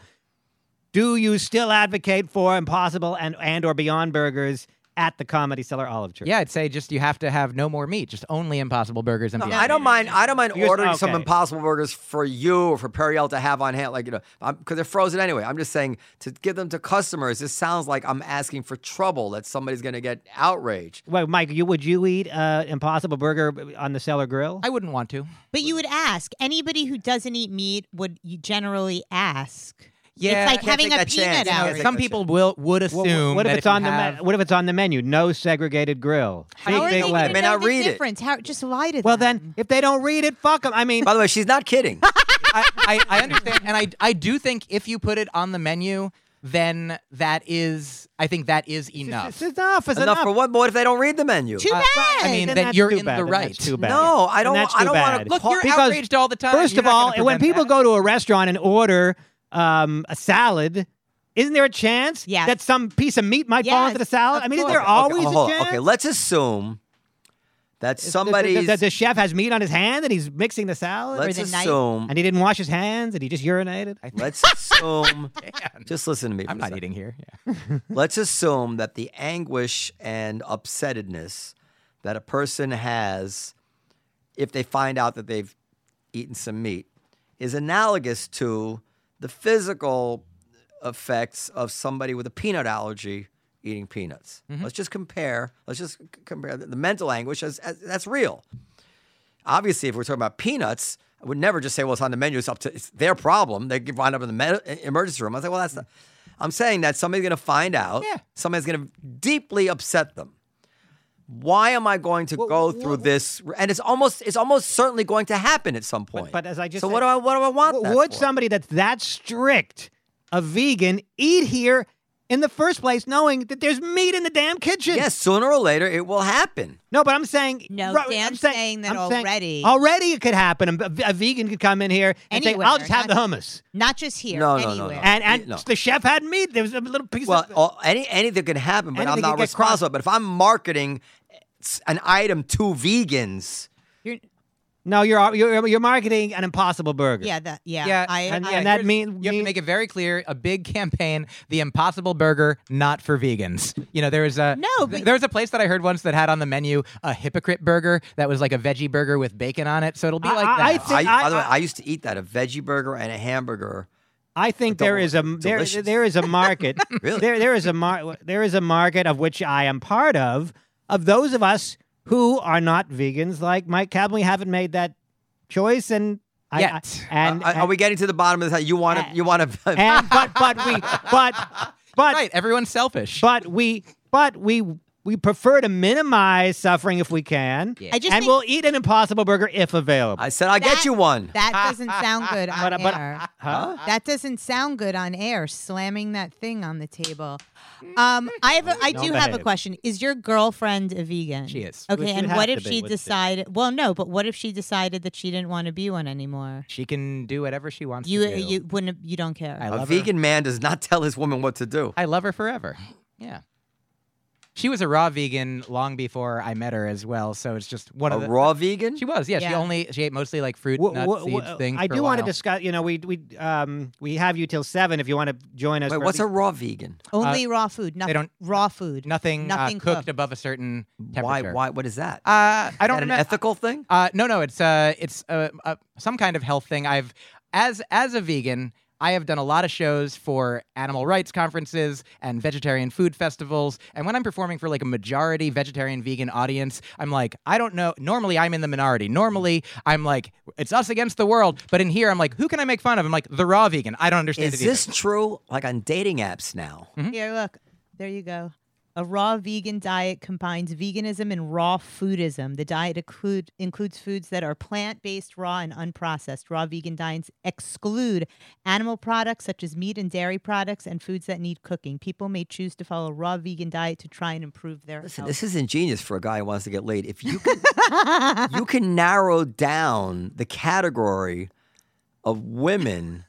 Speaker 1: do you still advocate for Impossible and and or Beyond Burgers at the Comedy Cellar Olive Tree.
Speaker 2: Yeah, I'd say just you have to have no more meat, just only Impossible Burgers and
Speaker 3: No,
Speaker 2: Beyond
Speaker 3: I don't
Speaker 2: Meat.
Speaker 3: mind. I don't mind
Speaker 1: Because-
Speaker 3: ordering some
Speaker 1: okay.
Speaker 3: Impossible Burgers for you or for Periel to have on hand, like you know, because they're frozen anyway. I'm just saying to give them to customers. This sounds like I'm asking for trouble that somebody's going to get outraged.
Speaker 1: Well, Mike, you would you eat uh, Impossible Burger uh, on the Cellar Grill?
Speaker 2: I wouldn't want to.
Speaker 4: But you would ask. Anybody who doesn't eat meat would you generally ask.
Speaker 2: Yeah,
Speaker 4: it's like
Speaker 3: can't
Speaker 4: having
Speaker 3: take
Speaker 4: a
Speaker 3: that chance.
Speaker 4: peanut
Speaker 3: You know,
Speaker 4: allergy.
Speaker 3: it's
Speaker 2: Some people will would assume
Speaker 1: Well, wh- what if
Speaker 2: that
Speaker 1: it's
Speaker 2: you
Speaker 1: on the
Speaker 2: have,
Speaker 1: me- what if it's on the menu? No segregated grill. Big
Speaker 4: How are they
Speaker 1: big
Speaker 4: going
Speaker 1: letter.
Speaker 3: May
Speaker 4: to know
Speaker 3: not
Speaker 4: the
Speaker 3: read it.
Speaker 4: difference? How, just lie to
Speaker 1: Well,
Speaker 4: them.
Speaker 1: then if they don't read it, fuck them. I mean,
Speaker 3: By the way, she's not kidding.
Speaker 2: I, I, I understand, and I I do think if you put it on the menu, then that is I think that is enough.
Speaker 1: it's enough. It's
Speaker 3: Enough for what? But what if they don't read the menu?
Speaker 4: Too bad.
Speaker 2: I mean,
Speaker 1: Then
Speaker 2: that
Speaker 1: that's
Speaker 2: you're
Speaker 1: too
Speaker 2: in
Speaker 1: bad.
Speaker 2: the
Speaker 1: Then
Speaker 2: right.
Speaker 1: that's too bad.
Speaker 3: No, I don't-
Speaker 1: Then that's
Speaker 3: I
Speaker 1: too
Speaker 3: don't wanna-
Speaker 1: bad.
Speaker 2: Look, you're
Speaker 1: Because
Speaker 2: outraged all the
Speaker 4: Oh,
Speaker 2: time.
Speaker 1: First
Speaker 2: You're
Speaker 1: of
Speaker 2: not
Speaker 1: all,
Speaker 2: gonna
Speaker 1: when
Speaker 2: prevent
Speaker 1: people
Speaker 2: that.
Speaker 1: go to a restaurant and order um, a salad, isn't there a chance
Speaker 4: Yes.
Speaker 1: that some piece of meat might fall
Speaker 4: Yes,
Speaker 1: into the salad?
Speaker 4: of
Speaker 1: I mean, is
Speaker 4: course.
Speaker 1: there
Speaker 4: Okay,
Speaker 1: always
Speaker 3: okay, hold
Speaker 1: a
Speaker 3: on.
Speaker 1: chance?
Speaker 3: Oh, Okay, let's assume that
Speaker 1: That- that-
Speaker 3: somebody's.
Speaker 1: that the chef has meat on his hand and he's mixing the salad,
Speaker 3: let's
Speaker 4: the knife.
Speaker 3: assume.
Speaker 1: and he didn't wash his hands and he just urinated.
Speaker 3: Let's assume. Just listen to me. For
Speaker 2: I'm
Speaker 3: a
Speaker 2: not
Speaker 3: second.
Speaker 2: eating here. Yeah.
Speaker 3: Let's assume that the anguish and upsettedness that a person has if they find out that they've eaten some meat is analogous to the physical effects of somebody with a peanut allergy eating peanuts.
Speaker 1: Mm-hmm.
Speaker 3: Let's just compare. Let's just c- compare the, the mental anguish as, as that's real. Obviously, if we're talking about peanuts, I would never just say, "Well, it's on the menu. It's up to it's their problem." They could wind up in the med- e, emergency room. I say, "Well, that's not." I'm saying that somebody's going to find out.
Speaker 2: Yeah.
Speaker 3: Somebody's going to deeply upset them why am I going to go through this? And it's almost it's almost certainly going to happen at some point.
Speaker 1: but as I just
Speaker 3: so
Speaker 1: said-
Speaker 3: what do I what do I want?
Speaker 1: W-
Speaker 3: that
Speaker 1: would
Speaker 3: for?
Speaker 1: somebody that's that strict a vegan eat here in the first place knowing that there's meat in the damn kitchen
Speaker 3: yes, sooner or later it will happen.
Speaker 1: no but i'm saying
Speaker 4: No,
Speaker 1: right,
Speaker 4: Dan's
Speaker 1: I'm saying,
Speaker 4: saying that
Speaker 1: I'm saying-
Speaker 4: already.
Speaker 1: already it could happen a, a vegan could come in here and
Speaker 4: Anywhere,
Speaker 1: say i'll just have the
Speaker 4: not-
Speaker 1: hummus
Speaker 4: Not just here.
Speaker 3: No, no, no,
Speaker 4: anywhere.
Speaker 3: no.
Speaker 1: and and
Speaker 3: No.
Speaker 1: the chef had meat there was a little piece
Speaker 3: Well, oh.
Speaker 1: of
Speaker 3: all, any anything can happen, but I'm
Speaker 1: Anything
Speaker 3: not
Speaker 1: can get crossed.
Speaker 3: responsible. But if I'm marketing s- an item to vegans,
Speaker 4: You're-
Speaker 1: no you're, you're you're marketing an impossible burger
Speaker 4: yeah, that, yeah.
Speaker 2: Yeah,
Speaker 4: I,
Speaker 1: and-
Speaker 4: I,
Speaker 1: and that
Speaker 2: Here's-
Speaker 1: mean-
Speaker 2: you have
Speaker 1: mean-
Speaker 2: to make it very clear. A big campaign, the Impossible Burger, not for vegans. You know, there was a
Speaker 4: No, but-
Speaker 2: th- there was a place that I heard once that had on the menu a hypocrite burger that was like a veggie burger with bacon on it. So it'll be
Speaker 1: I-
Speaker 2: like
Speaker 1: I-
Speaker 2: that.
Speaker 1: I think-
Speaker 3: I, by the way,
Speaker 1: I-
Speaker 3: I used to eat that a veggie burger and a hamburger.
Speaker 1: I think
Speaker 3: But
Speaker 1: there
Speaker 3: don't
Speaker 1: is a
Speaker 3: worry,
Speaker 1: m-
Speaker 3: it's
Speaker 1: there
Speaker 3: delicious.
Speaker 1: there is a market.
Speaker 3: Really?
Speaker 1: There there is a mar- there is a market of which I am part of of those of us who are not vegans like Mike Cabley haven't made that choice and I-
Speaker 2: Yet.
Speaker 1: I, and,
Speaker 3: Uh, Are- are we getting to the bottom of this? You want to you want to
Speaker 1: and but but we but but
Speaker 2: right, everyone's selfish.
Speaker 1: but we but we we prefer to minimize suffering if we can.
Speaker 4: I just
Speaker 1: and
Speaker 4: think
Speaker 1: we'll eat an impossible burger if available.
Speaker 3: I said I'll get
Speaker 4: That-
Speaker 3: you one.
Speaker 4: that doesn't sound good on
Speaker 1: But- but-
Speaker 4: air.
Speaker 3: oh,
Speaker 1: Huh?
Speaker 4: That doesn't sound good on air. Slamming that thing on the table. Um, I have, a, I
Speaker 1: Don't
Speaker 4: do have a
Speaker 1: behave.
Speaker 4: question. Is your girlfriend a vegan?
Speaker 2: She is.
Speaker 1: Well,
Speaker 4: Okay,
Speaker 1: she
Speaker 4: and
Speaker 1: would
Speaker 4: what
Speaker 1: have
Speaker 4: if
Speaker 1: to be,
Speaker 4: she
Speaker 1: wouldn't she?
Speaker 4: decided? Well, no, but what if she decided that she didn't want to be one anymore?
Speaker 2: she can do whatever she wants.
Speaker 4: You,
Speaker 2: to do.
Speaker 4: you wouldn't, you don't care.
Speaker 2: I
Speaker 3: A
Speaker 2: love
Speaker 3: vegan man does not tell his woman what to do.
Speaker 2: her. I love her forever. Yeah. She was a raw vegan long before I met her as well. So it's just one
Speaker 3: A
Speaker 2: of the
Speaker 3: raw vegan?
Speaker 2: She was, yeah, She
Speaker 4: Yeah.
Speaker 2: only she ate mostly like fruit,
Speaker 1: Wha-
Speaker 2: nuts,
Speaker 1: wha-
Speaker 2: seeds,
Speaker 1: wha-
Speaker 2: things.
Speaker 1: I
Speaker 2: for
Speaker 1: do
Speaker 2: a
Speaker 1: want to
Speaker 2: while.
Speaker 1: discuss. You know, we we um we have you till seven if you want to join us.
Speaker 3: Wait,
Speaker 1: for at
Speaker 3: what's
Speaker 1: least-
Speaker 3: a raw vegan?
Speaker 4: Only raw food. Nothing.
Speaker 2: uh, don't-
Speaker 4: raw food.
Speaker 2: nothing, uh,
Speaker 4: Nothing
Speaker 2: cooked, above a certain
Speaker 3: Why?
Speaker 2: temperature.
Speaker 3: Why? What is that?
Speaker 2: Uh, I
Speaker 3: Is
Speaker 2: don't
Speaker 3: that an
Speaker 2: remem-
Speaker 3: ethical thing?
Speaker 2: Uh, no, no, it's uh, it's uh, uh, some kind of health thing. I've as as a vegan, I have done a lot of shows for animal rights conferences and vegetarian food festivals. And when I'm performing for like a majority vegetarian vegan audience, I'm like, I don't know. Normally, I'm in the minority. Normally, I'm like, it's us against the world. But in here, I'm like, who can I make fun of? I'm like the raw vegan. I don't understand.
Speaker 3: Is
Speaker 2: it either.
Speaker 3: this true? Like on dating apps now?
Speaker 4: Here, look. There you go. A raw vegan diet combines veganism and raw foodism. The diet include, includes foods that are plant based, raw, and unprocessed. Raw vegan diets exclude animal products such as meat and dairy products and foods that need cooking. People may choose to follow a raw vegan diet to try and improve their
Speaker 3: Listen,
Speaker 4: health.
Speaker 3: this is ingenious for a guy who wants to get laid. If you can, you can narrow down the category of women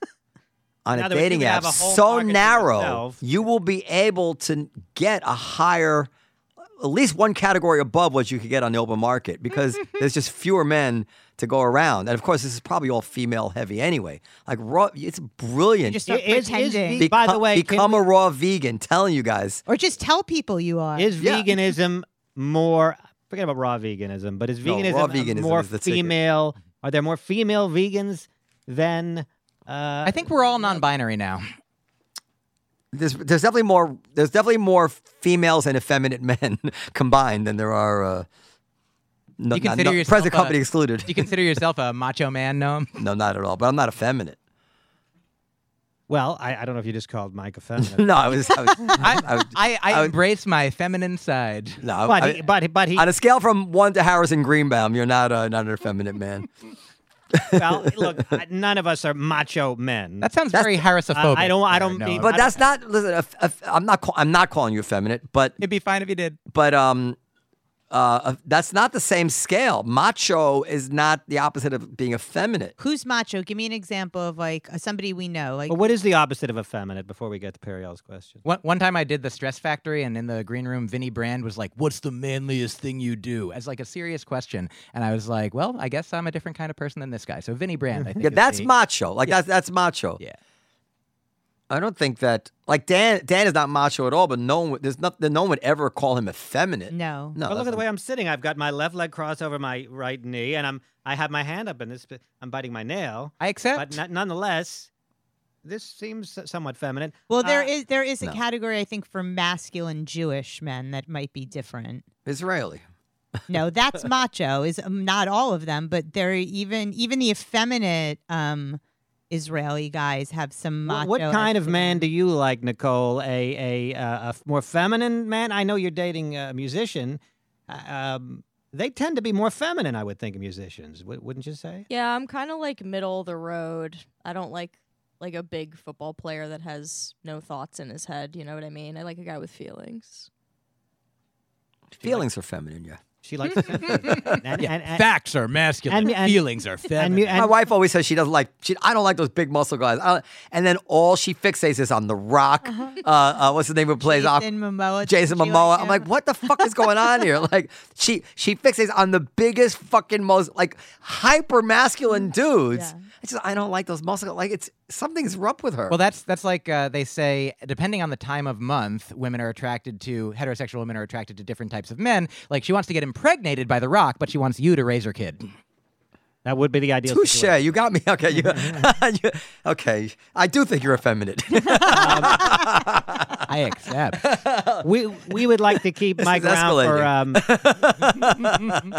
Speaker 3: on
Speaker 1: In
Speaker 3: a
Speaker 1: other words, you
Speaker 3: dating
Speaker 1: could
Speaker 3: app
Speaker 1: have a whole
Speaker 3: so
Speaker 1: market to
Speaker 3: narrow,
Speaker 1: yourself.
Speaker 3: you will be able to get a higher at least one category above what you could get on the open market because there's just fewer men to go around. And of course, this is probably all female heavy anyway. Like raw, it's brilliant.
Speaker 4: Just start
Speaker 1: It is- is
Speaker 4: pretending.
Speaker 1: ve- by the
Speaker 3: Beco-
Speaker 1: way, can
Speaker 3: become
Speaker 1: we-
Speaker 3: a raw vegan. Telling you guys,
Speaker 4: or just tell people you are.
Speaker 1: Is
Speaker 3: Yeah.
Speaker 1: veganism more? Forget about raw veganism, but is
Speaker 3: No,
Speaker 1: veganism,
Speaker 3: raw veganism
Speaker 1: more
Speaker 3: is the ticket.
Speaker 1: female? Are there more female vegans than? Uh,
Speaker 2: I think we're all non-binary now.
Speaker 3: there's there's definitely more there's definitely more females and effeminate men combined than there are. Uh, no,
Speaker 2: You
Speaker 3: not-
Speaker 2: consider
Speaker 3: no-
Speaker 2: yourself
Speaker 3: present company
Speaker 2: a-
Speaker 3: excluded.
Speaker 2: Do you consider yourself a macho man, Noam?
Speaker 3: no, not at all. But I'm not effeminate.
Speaker 1: Well, I, I don't know if you just called Mike a feminist,
Speaker 3: No, I was. I was,
Speaker 2: I,
Speaker 3: I was
Speaker 2: I, I
Speaker 3: I would-
Speaker 2: embrace my feminine side.
Speaker 3: no,
Speaker 1: but
Speaker 3: I-
Speaker 1: he, but but he
Speaker 3: on a scale from one to Harrison Greenbaum, you're not a not an effeminate man.
Speaker 1: well, look, I- none of us are macho men.
Speaker 2: That sounds very
Speaker 1: I-
Speaker 2: harrisophobic.
Speaker 1: I don't- I
Speaker 2: there,
Speaker 1: don't
Speaker 2: Noam.
Speaker 1: mean-
Speaker 3: But
Speaker 1: I-
Speaker 3: that's not. Listen, if, if, I'm not. Call, I'm not calling you effeminate, but
Speaker 2: it'd be fine if you did.
Speaker 3: but um, uh, that's not the same scale. Macho is not the opposite of being effeminate.
Speaker 4: Who's macho? Give me an example of like uh, somebody we know. Like
Speaker 1: But what is the opposite of effeminate? Before we get to Periel's question,
Speaker 2: One, one time I did the Stress Factory, and in the green room, Vinny Brand was like, What's the manliest thing you do? As like a serious question. And I was like, Well, I guess I'm a different kind of person than this guy. So Vinny Brand, I think.
Speaker 3: Yeah,
Speaker 2: is
Speaker 3: that's
Speaker 2: the-
Speaker 3: macho. Like that's that's macho.
Speaker 2: Yeah.
Speaker 3: I don't think that. Like Dan, Dan is not macho at all. But no one, there's not. No one would ever call him effeminate.
Speaker 4: no.
Speaker 3: No.
Speaker 1: but look
Speaker 3: that's
Speaker 1: at the
Speaker 3: not-
Speaker 1: way I'm sitting. I've got my left leg crossed over my right knee, and I'm I have my hand up, and this I'm biting my nail.
Speaker 2: I
Speaker 1: But
Speaker 2: accept.
Speaker 1: n- nonetheless, this seems somewhat feminine.
Speaker 4: Well, there
Speaker 1: Uh,
Speaker 4: is there is a
Speaker 3: no.
Speaker 4: category I think for masculine Jewish men that might be different.
Speaker 3: Israeli.
Speaker 4: No, that's macho. Is um, not all of them, but there are even even the effeminate um, Israeli guys have some
Speaker 1: Wh-
Speaker 4: macho.
Speaker 1: What kind of man do you like, Nicole? A a, uh, a f- more feminine man? I know you're dating a musician. Uh, Um, they tend to be more feminine, I would think, musicians. W- wouldn't you say?
Speaker 6: Yeah, I'm kind of like middle of the road. I don't like like a big football player that has no thoughts in his head. You know what I mean? I like a guy with feelings.
Speaker 3: Feelings are feminine. Yeah.
Speaker 1: She likes. and, and,
Speaker 2: Yeah.
Speaker 1: and, and,
Speaker 2: Facts are masculine.
Speaker 1: and- and-
Speaker 2: Feelings are feminine.
Speaker 1: mu-
Speaker 3: My
Speaker 1: and-
Speaker 3: wife always says she doesn't like. She, I don't like those big muscle guys. I don't- and then all she fixates is on the Rock.
Speaker 1: Uh-huh.
Speaker 3: uh uh, what's the name who plays off?
Speaker 4: Jason Momoa.
Speaker 3: Jason
Speaker 4: Do you
Speaker 3: Momoa.
Speaker 4: him?
Speaker 3: I'm like, what the fuck is going on here? Like, she she fixates on the biggest fucking most like hyper masculine dudes.
Speaker 6: Yeah.
Speaker 3: I just I don't like those muscle. Like, it's something's up with her.
Speaker 2: Well, that's that's like uh, they say. Depending on the time of month, women are attracted to heterosexual women are attracted to different types of men. Like she wants to get impregnated by the Rock, but she wants you to raise her kid.
Speaker 1: that would be the ideal.
Speaker 3: touche.
Speaker 1: situation.
Speaker 3: You got me. Okay, you, you- okay. I do think you're effeminate.
Speaker 2: I accept.
Speaker 1: We we would like to keep Mike
Speaker 3: is
Speaker 1: around for. Um,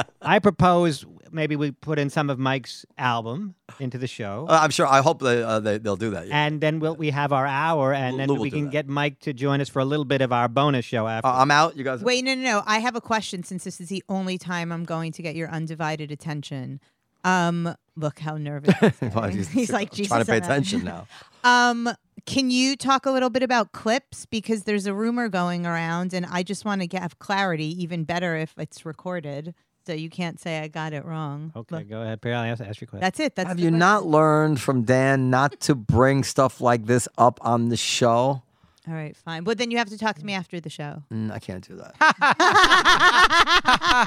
Speaker 1: I propose maybe we put in some of Mike's album into the show.
Speaker 3: Uh, I'm sure. I hope they, uh, they they'll do that. Yeah.
Speaker 1: and then we'll, we have our hour, and then
Speaker 3: Lou will
Speaker 1: we
Speaker 3: do
Speaker 1: can
Speaker 3: that.
Speaker 1: get Mike to join us for a little bit of our bonus show after.
Speaker 3: Uh, I'm out. You guys.
Speaker 4: Wait, no, no, no. I have a question since this is the only time I'm going to get your undivided attention. Um, look how nervous he's,
Speaker 3: Well,
Speaker 4: getting.
Speaker 3: he's-
Speaker 4: He's like
Speaker 3: I'm
Speaker 4: Jesus.
Speaker 3: Trying to pay
Speaker 4: I'm out."
Speaker 3: attention now.
Speaker 4: Um, can you talk a little bit about clips because there's a rumor going around, and I just want to get have clarity. Even better if it's recorded, so you can't say I got it wrong.
Speaker 1: okay,
Speaker 4: Look,
Speaker 1: go ahead, Perry. I'll ask, ask your question.
Speaker 4: that's it. That's
Speaker 3: Have
Speaker 4: the
Speaker 3: you
Speaker 4: question.
Speaker 3: not learned from Dan not to bring stuff like this up on the show?
Speaker 4: All right, fine. But then you have to talk to me after the show.
Speaker 3: Mm, I can't do that.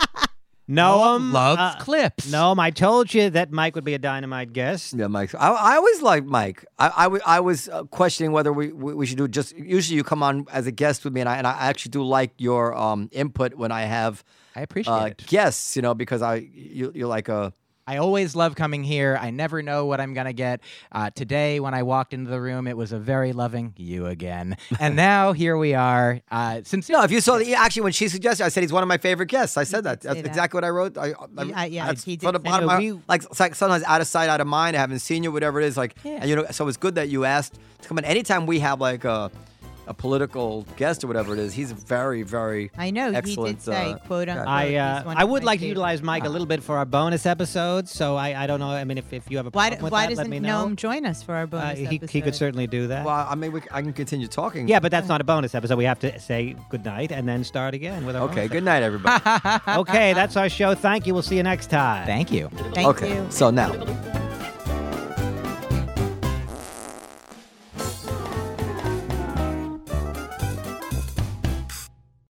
Speaker 1: Noam
Speaker 2: loves
Speaker 1: uh,
Speaker 2: clips.
Speaker 1: Noam, I told you that Mike would be a dynamite guest.
Speaker 3: Yeah, Mike. I, I always liked Mike. I, I, w- I was uh, questioning whether we, we, we should do just. Usually, you come on as a guest with me, and I, and I actually do like your um, input when I have
Speaker 2: I appreciate
Speaker 3: uh,
Speaker 2: it.
Speaker 3: guests. You know, because I you, you're like a
Speaker 2: I always love coming here. I never know what I'm gonna get. Uh, today, when I walked into the room, it was a very loving you again. And now here we are. Uh, since
Speaker 3: no. If you saw the actually when she suggested, I said he's one of my favorite guests. I said that.
Speaker 4: say
Speaker 3: That's
Speaker 4: that.
Speaker 3: exactly what I wrote. I, I,
Speaker 4: You- I- yeah,
Speaker 3: that's
Speaker 4: he did
Speaker 3: from the
Speaker 4: say
Speaker 3: bottom
Speaker 1: that.
Speaker 3: of my-
Speaker 1: We-
Speaker 3: like, it's like sometimes out of sight, out of mind. I haven't seen you, whatever it is. Like,
Speaker 2: Yeah.
Speaker 3: and you know, so it's good that you asked to come in. Anytime we have like a a political guest or whatever it is, he's very, very.
Speaker 4: I know he
Speaker 3: Excellent,
Speaker 4: did say,
Speaker 3: uh,
Speaker 4: "quote unquote."
Speaker 1: I
Speaker 4: he's
Speaker 1: uh,
Speaker 4: one
Speaker 1: I
Speaker 4: of
Speaker 1: would
Speaker 4: my
Speaker 1: like to
Speaker 4: favorites.
Speaker 1: utilize Mike a little bit for our bonus episodes. So I, I don't know. I mean, if, if you have a
Speaker 4: Why,
Speaker 1: problem
Speaker 4: d-
Speaker 1: with
Speaker 4: why
Speaker 1: that, let
Speaker 4: doesn't
Speaker 1: me know.
Speaker 4: Noam join us for our
Speaker 1: Uh,
Speaker 4: bonus
Speaker 1: he, he could
Speaker 4: episode?
Speaker 1: certainly do that.
Speaker 3: Well, I mean, we, c- I can continue talking.
Speaker 1: yeah, but that's not a bonus episode. We have to say goodnight and then start again with our
Speaker 3: Okay,
Speaker 1: bonus
Speaker 3: good night, everybody.
Speaker 1: episode. Okay, that's our show. Thank you. We'll see you next time.
Speaker 2: thank you.
Speaker 4: Thank
Speaker 3: okay,
Speaker 4: you.
Speaker 3: so now.
Speaker 6: Bye.